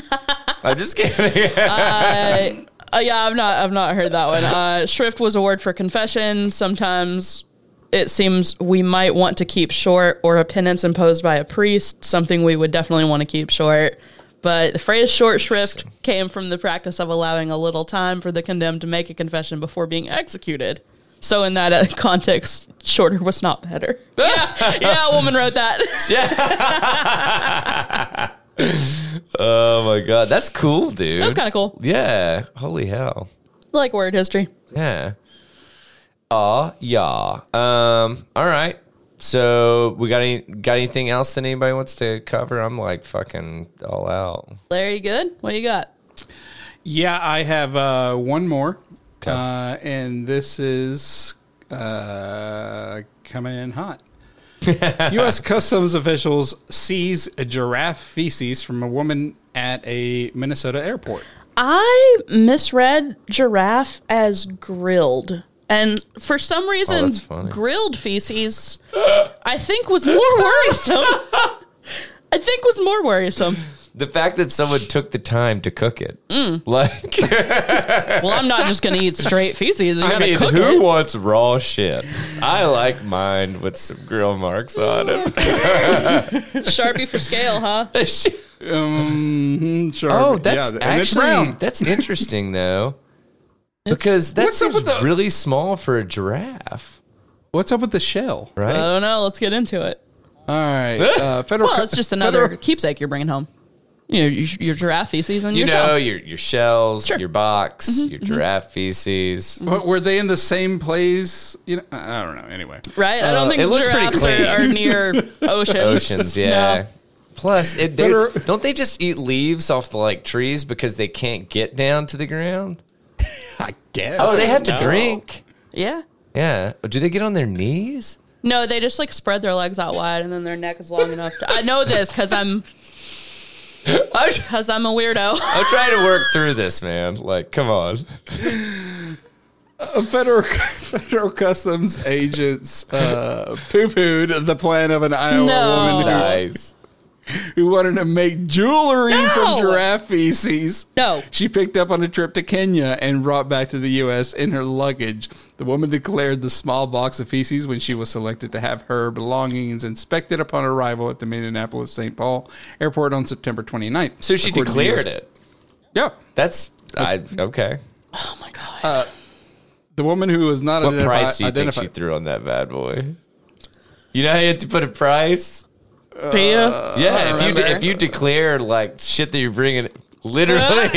Speaker 1: I'm just kidding.
Speaker 2: Uh, yeah, I've not I've not heard that one. Uh, shrift was a word for confession. Sometimes it seems we might want to keep short or a penance imposed by a priest, something we would definitely want to keep short. But the phrase short shrift came from the practice of allowing a little time for the condemned to make a confession before being executed. So in that uh, context, shorter was not better. yeah, yeah, a woman wrote that.
Speaker 1: oh my god, that's cool, dude.
Speaker 2: That's kind of cool.
Speaker 1: Yeah. Holy hell.
Speaker 2: Like word history.
Speaker 1: Yeah. Aw, yeah. Um, all right. So we got any got anything else that anybody wants to cover? I'm like fucking all out.
Speaker 2: Larry, you good? What do you got?
Speaker 3: Yeah, I have uh, one more,
Speaker 1: 'Kay.
Speaker 3: uh, and this is uh, coming in hot. U.S. Customs officials seize a giraffe feces from a woman at a Minnesota airport.
Speaker 2: I misread giraffe as grilled. And for some reason,
Speaker 1: Oh, that's funny.
Speaker 2: grilled feces, I think, was more worrisome. I think was more worrisome.
Speaker 1: The fact that someone took the time to cook it.
Speaker 3: Mm.
Speaker 1: Like
Speaker 2: Well, I'm not just going to eat straight feces. You
Speaker 1: I
Speaker 2: got to
Speaker 1: mean,
Speaker 2: cook
Speaker 1: who
Speaker 2: it.
Speaker 1: wants raw shit? I like mine with some grill marks on it.
Speaker 2: Sharpie for scale, huh?
Speaker 3: Um, sure.
Speaker 1: oh, that's
Speaker 3: Yeah, and it's
Speaker 1: actually
Speaker 3: brown.
Speaker 1: that's interesting though. Because that's
Speaker 3: What's up with the-
Speaker 1: really small for a giraffe,
Speaker 3: What's up with the shell?
Speaker 2: I
Speaker 1: right?
Speaker 2: don't know. Let's get into it.
Speaker 3: All right, uh, federal.
Speaker 2: Well, it's just another keepsake you're bringing home. You know, your, your giraffe feces and
Speaker 1: you
Speaker 2: your
Speaker 1: know
Speaker 2: shell.
Speaker 1: your Mm-hmm, your shells,
Speaker 2: Sure.
Speaker 1: your box, your giraffe feces.
Speaker 3: But were they in the same place? You know, I I don't know. Anyway,
Speaker 2: Right? I don't
Speaker 1: Uh,
Speaker 2: think
Speaker 1: it looks pretty
Speaker 2: giraffes
Speaker 1: clean.
Speaker 2: are, are near oceans.
Speaker 1: Oceans, yeah.
Speaker 2: No.
Speaker 1: Plus, it, they,
Speaker 3: Better-
Speaker 1: don't they just eat leaves off the like trees because they can't get down to the ground?
Speaker 3: I guess.
Speaker 1: Oh, they have to
Speaker 2: No.
Speaker 1: drink.
Speaker 2: Yeah.
Speaker 1: Yeah. Do they get on their knees?
Speaker 2: No, they just like spread their legs out wide and then their neck is long enough. To, I know this because I'm
Speaker 1: I'm, tr-
Speaker 2: because I'm a weirdo.
Speaker 1: I'm trying to work through this, man. Like, come on.
Speaker 3: A federal federal customs agents uh, poo pooed the plan of an Iowa
Speaker 2: No.
Speaker 3: woman
Speaker 1: Nice.
Speaker 3: who, who wanted to make jewelry
Speaker 2: No.
Speaker 3: from giraffe feces.
Speaker 2: No.
Speaker 3: She picked up on a trip to Kenya and brought back to the U.S. in her luggage. The woman declared the small box of feces when she was selected to have her belongings inspected upon arrival at the Minneapolis St. Paul airport on September 29th.
Speaker 1: So she
Speaker 3: according to US
Speaker 1: declared it.
Speaker 3: Yeah.
Speaker 1: That's I okay.
Speaker 2: oh my god!
Speaker 3: The woman who was not
Speaker 1: What
Speaker 3: identifi-
Speaker 1: price do you think she
Speaker 3: identified.
Speaker 1: threw on that bad boy? You know how you have to put a price. Uh,
Speaker 2: Do you?
Speaker 3: Oh,
Speaker 1: Yeah, if you
Speaker 2: remember.
Speaker 1: if you declare like shit that you're bringing, literally,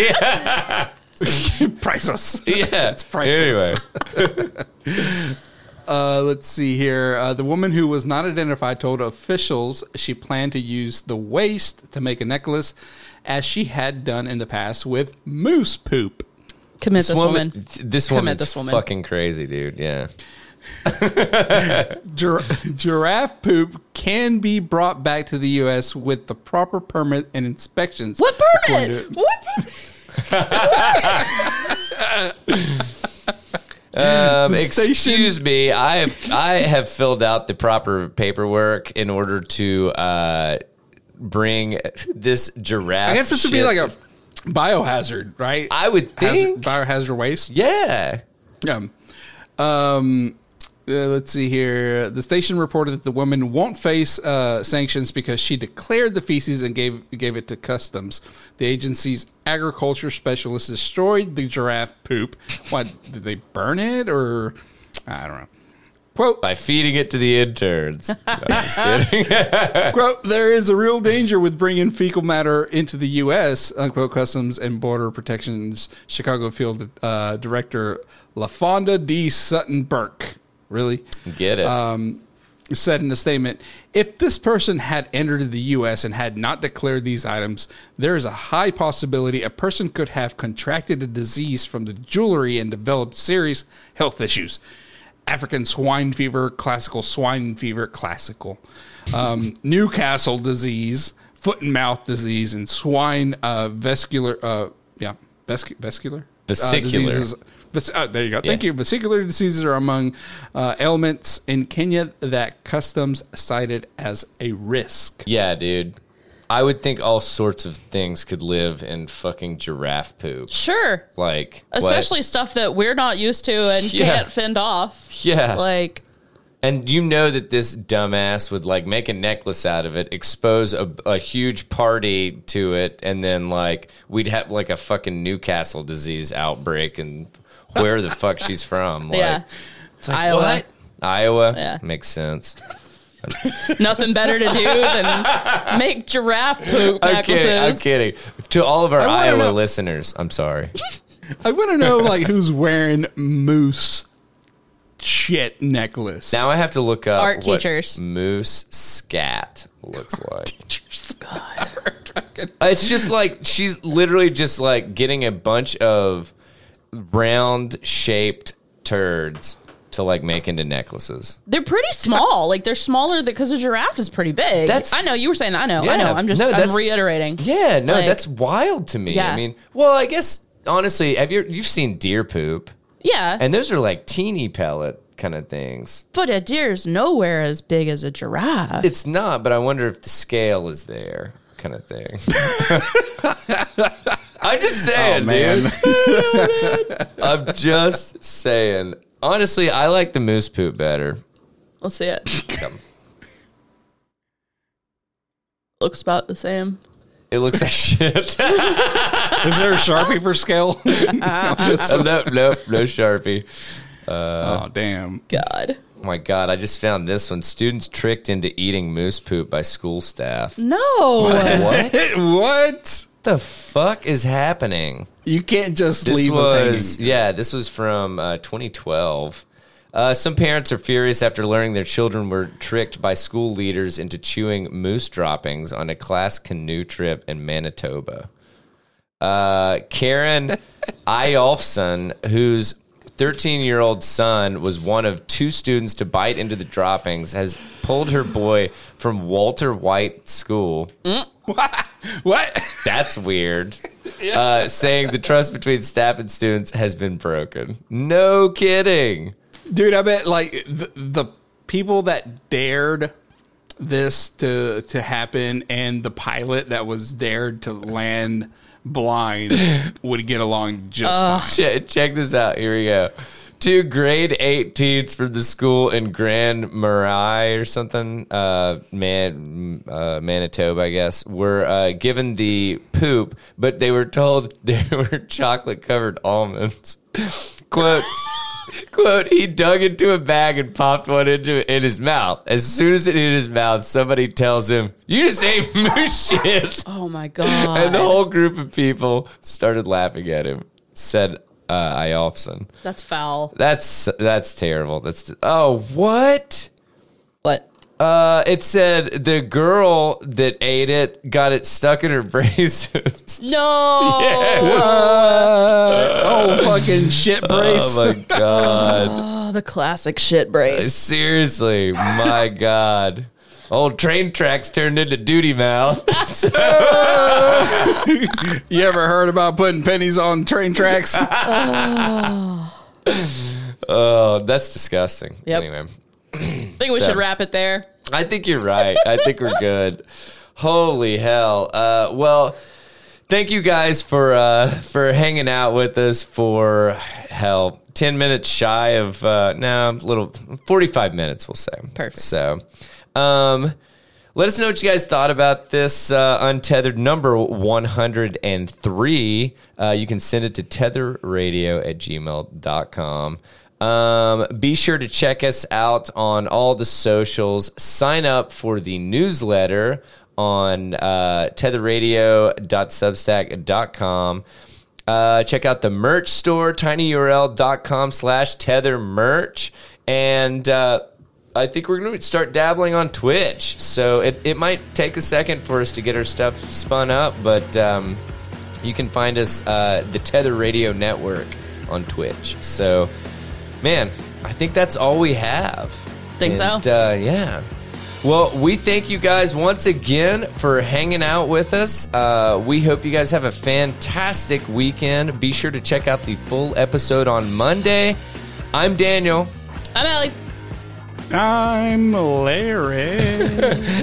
Speaker 3: Priceless.
Speaker 1: Yeah, it's
Speaker 3: priceless.
Speaker 1: Anyway,
Speaker 3: Uh, let's see here. Uh, the woman who was not identified told officials she planned to use the waste to make a necklace, as she had done in the past with moose poop.
Speaker 2: Commit this,
Speaker 1: this woman,
Speaker 2: woman.
Speaker 1: this
Speaker 2: Commit
Speaker 1: woman,
Speaker 2: this woman.
Speaker 1: fucking crazy, dude. Yeah,
Speaker 3: Gir- giraffe poop can be brought back to the U.S. with the proper permit and inspections.
Speaker 2: What
Speaker 3: according
Speaker 2: permit?
Speaker 3: to-
Speaker 2: What?
Speaker 1: Um,
Speaker 3: The station-
Speaker 1: excuse me. I have I have filled out the proper paperwork in order to uh, bring this giraffe.
Speaker 3: I guess this would be
Speaker 1: shit-
Speaker 3: like a biohazard, right?
Speaker 1: I would
Speaker 3: Hazard-
Speaker 1: think.
Speaker 3: biohazard waste.
Speaker 1: yeah.
Speaker 3: Yeah. Um, uh, let's see here. The station reported that the woman won't face uh, sanctions because she declared the feces and gave gave it to customs. The agency's agriculture specialist destroyed the giraffe poop. What did they burn it or I don't know. Quote,
Speaker 1: By feeding it to the interns. I'm just kidding.
Speaker 3: quote, there is a real danger with bringing fecal matter into the U.S., unquote, Customs and Border Protection's Chicago Field uh, Director LaFonda D. Sutton Burke. Really?
Speaker 1: Get it.
Speaker 3: Um, said in a statement if this person had entered the US and had not declared these items, there is a high possibility a person could have contracted a disease from the jewelry and developed serious health issues. African swine fever, classical swine fever, classical, um, Newcastle disease, foot and mouth disease, and swine uh, vascular, uh, yeah, vascu- vascular? Uh,
Speaker 1: Vesicular.
Speaker 3: diseases Ves- oh, there you go. Thank
Speaker 1: Yeah.
Speaker 3: you. Vesicular diseases are among uh, ailments in Kenya that customs cited as a risk.
Speaker 1: yeah, dude. I would think all sorts of things could live in fucking giraffe poop.
Speaker 2: Sure.
Speaker 1: Like what?
Speaker 2: Especially stuff that we're not used to and
Speaker 1: Yeah.
Speaker 2: can't fend off.
Speaker 1: Yeah.
Speaker 2: Like,
Speaker 1: And you know that this dumbass would like make a necklace out of it, expose a, a huge party to it, and then like we'd have like a fucking Newcastle disease outbreak and where the fuck she's from. Like,
Speaker 2: yeah. It's like, Iowa.
Speaker 1: What? Iowa?
Speaker 2: Yeah.
Speaker 1: Makes sense.
Speaker 2: Nothing better to do than make giraffe poop
Speaker 1: I'm
Speaker 2: necklaces.
Speaker 1: kidding. I'm kidding. To all of our
Speaker 3: wanna
Speaker 1: Iowa
Speaker 3: know-
Speaker 1: listeners, I'm sorry.
Speaker 3: I want to know like who's wearing moose shit necklace.
Speaker 1: Now I have to look up
Speaker 2: Art
Speaker 1: what
Speaker 2: teachers.
Speaker 1: moose scat looks like. It's just like she's literally just like getting a bunch of round shaped turds to like make into necklaces.
Speaker 2: They're pretty small. Like, they're smaller because a giraffe is pretty big.
Speaker 1: That's-
Speaker 2: I know. You were saying that. I know. I
Speaker 1: Yeah.
Speaker 2: know. I'm just
Speaker 1: No,
Speaker 2: I'm
Speaker 1: that's-
Speaker 2: reiterating.
Speaker 1: Yeah, no,
Speaker 2: Like-
Speaker 1: that's wild to me.
Speaker 2: Yeah.
Speaker 1: I mean, well, I guess honestly, have you you've seen deer poop?
Speaker 2: Yeah.
Speaker 1: And those are like teeny pellet kind of things.
Speaker 2: but a deer's nowhere as big as a giraffe.
Speaker 1: It's not, but I wonder if the scale is there, kind of thing. I'm just saying, dude. I'm just saying. Honestly, I like the moose poop better.
Speaker 2: Let's see it. Looks about the same.
Speaker 1: It looks like shit.
Speaker 3: Is there a sharpie for scale?
Speaker 1: Oh, nope, nope, no sharpie. Uh.
Speaker 3: oh damn!
Speaker 2: God.
Speaker 1: Oh my god, I just found this one. Students tricked into eating moose poop by school staff.
Speaker 2: No.
Speaker 1: What
Speaker 3: what?
Speaker 1: the fuck is happening?
Speaker 3: You can't just
Speaker 1: This
Speaker 3: leave us
Speaker 1: was
Speaker 3: hanging.
Speaker 1: yeah, this was from uh, 2012. Uh, some parents are furious after learning their children were tricked by school leaders into chewing moose droppings on a class canoe trip in Manitoba. Uh, Karen Iolfson, whose 13 year old son was one of two students to bite into the droppings, has pulled her boy from Walter White School.
Speaker 3: What?
Speaker 1: That's weird. Uh, saying the trust between staff and students has been broken. No kidding.
Speaker 3: dude i bet like the, the people that dared this to to happen and the pilot that was dared to land blind would get along just fine.
Speaker 1: Che- check this out. Here we go. Two grade eight teens from the school in Grand Marais or something, uh, man, uh, Manitoba, I guess, were uh, given the poop, but they were told they were chocolate covered almonds. Quote. Quote, he dug into a bag and popped one into in his mouth. As soon as it hit his mouth, somebody tells him, You just ate moose shit.
Speaker 2: oh my god.
Speaker 1: And the whole group of people started laughing at him. said uh, Iofson.
Speaker 2: That's foul.
Speaker 1: That's that's terrible. That's oh what?
Speaker 2: What?
Speaker 1: Uh, it said the girl that ate it got it stuck in her braces.
Speaker 2: No.
Speaker 3: oh, fucking shit brace.
Speaker 1: Oh my god!
Speaker 2: Oh, the classic shit brace.
Speaker 1: Seriously, my god! Old train tracks turned into duty mouth.
Speaker 3: you ever heard about putting pennies on train tracks?
Speaker 1: Oh, that's disgusting.
Speaker 2: Yep.
Speaker 1: Anyway,
Speaker 2: I think we
Speaker 1: So-
Speaker 2: should wrap it there.
Speaker 1: I think you're right. I think we're good. Holy hell. Uh, well, thank you guys for uh, for hanging out with us for hell. 10 minutes shy of uh no, little 45 minutes we'll say.
Speaker 2: Perfect.
Speaker 1: So, um let us know what you guys thought about this uh, untethered number 103. Uh, you can send it to tetherradio at gmail.com. Um, be sure to check us out on all the socials. Sign up for the newsletter on uh, tetherradio.substack.com. Uh, check out the merch store, tinyurl.com slash tether merch. And uh, I think we're going to start dabbling on Twitch. So it, it might take a second for us to get our stuff spun up, but um, you can find us uh, the Tether Radio Network on Twitch. So, man, I think that's all we have.
Speaker 2: Think
Speaker 1: And,
Speaker 2: so?
Speaker 1: Uh, yeah. Well, we thank you guys once again for hanging out with us. Uh, we hope you guys have a fantastic weekend. Be sure to check out the full episode on Monday. I'm Daniel.
Speaker 2: I'm Allie.
Speaker 3: I'm Larry.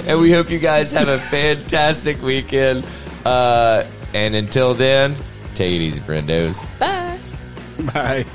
Speaker 1: and we hope you guys have a fantastic weekend. Uh, and until then, take it easy, friendos.
Speaker 2: Bye.
Speaker 3: Bye.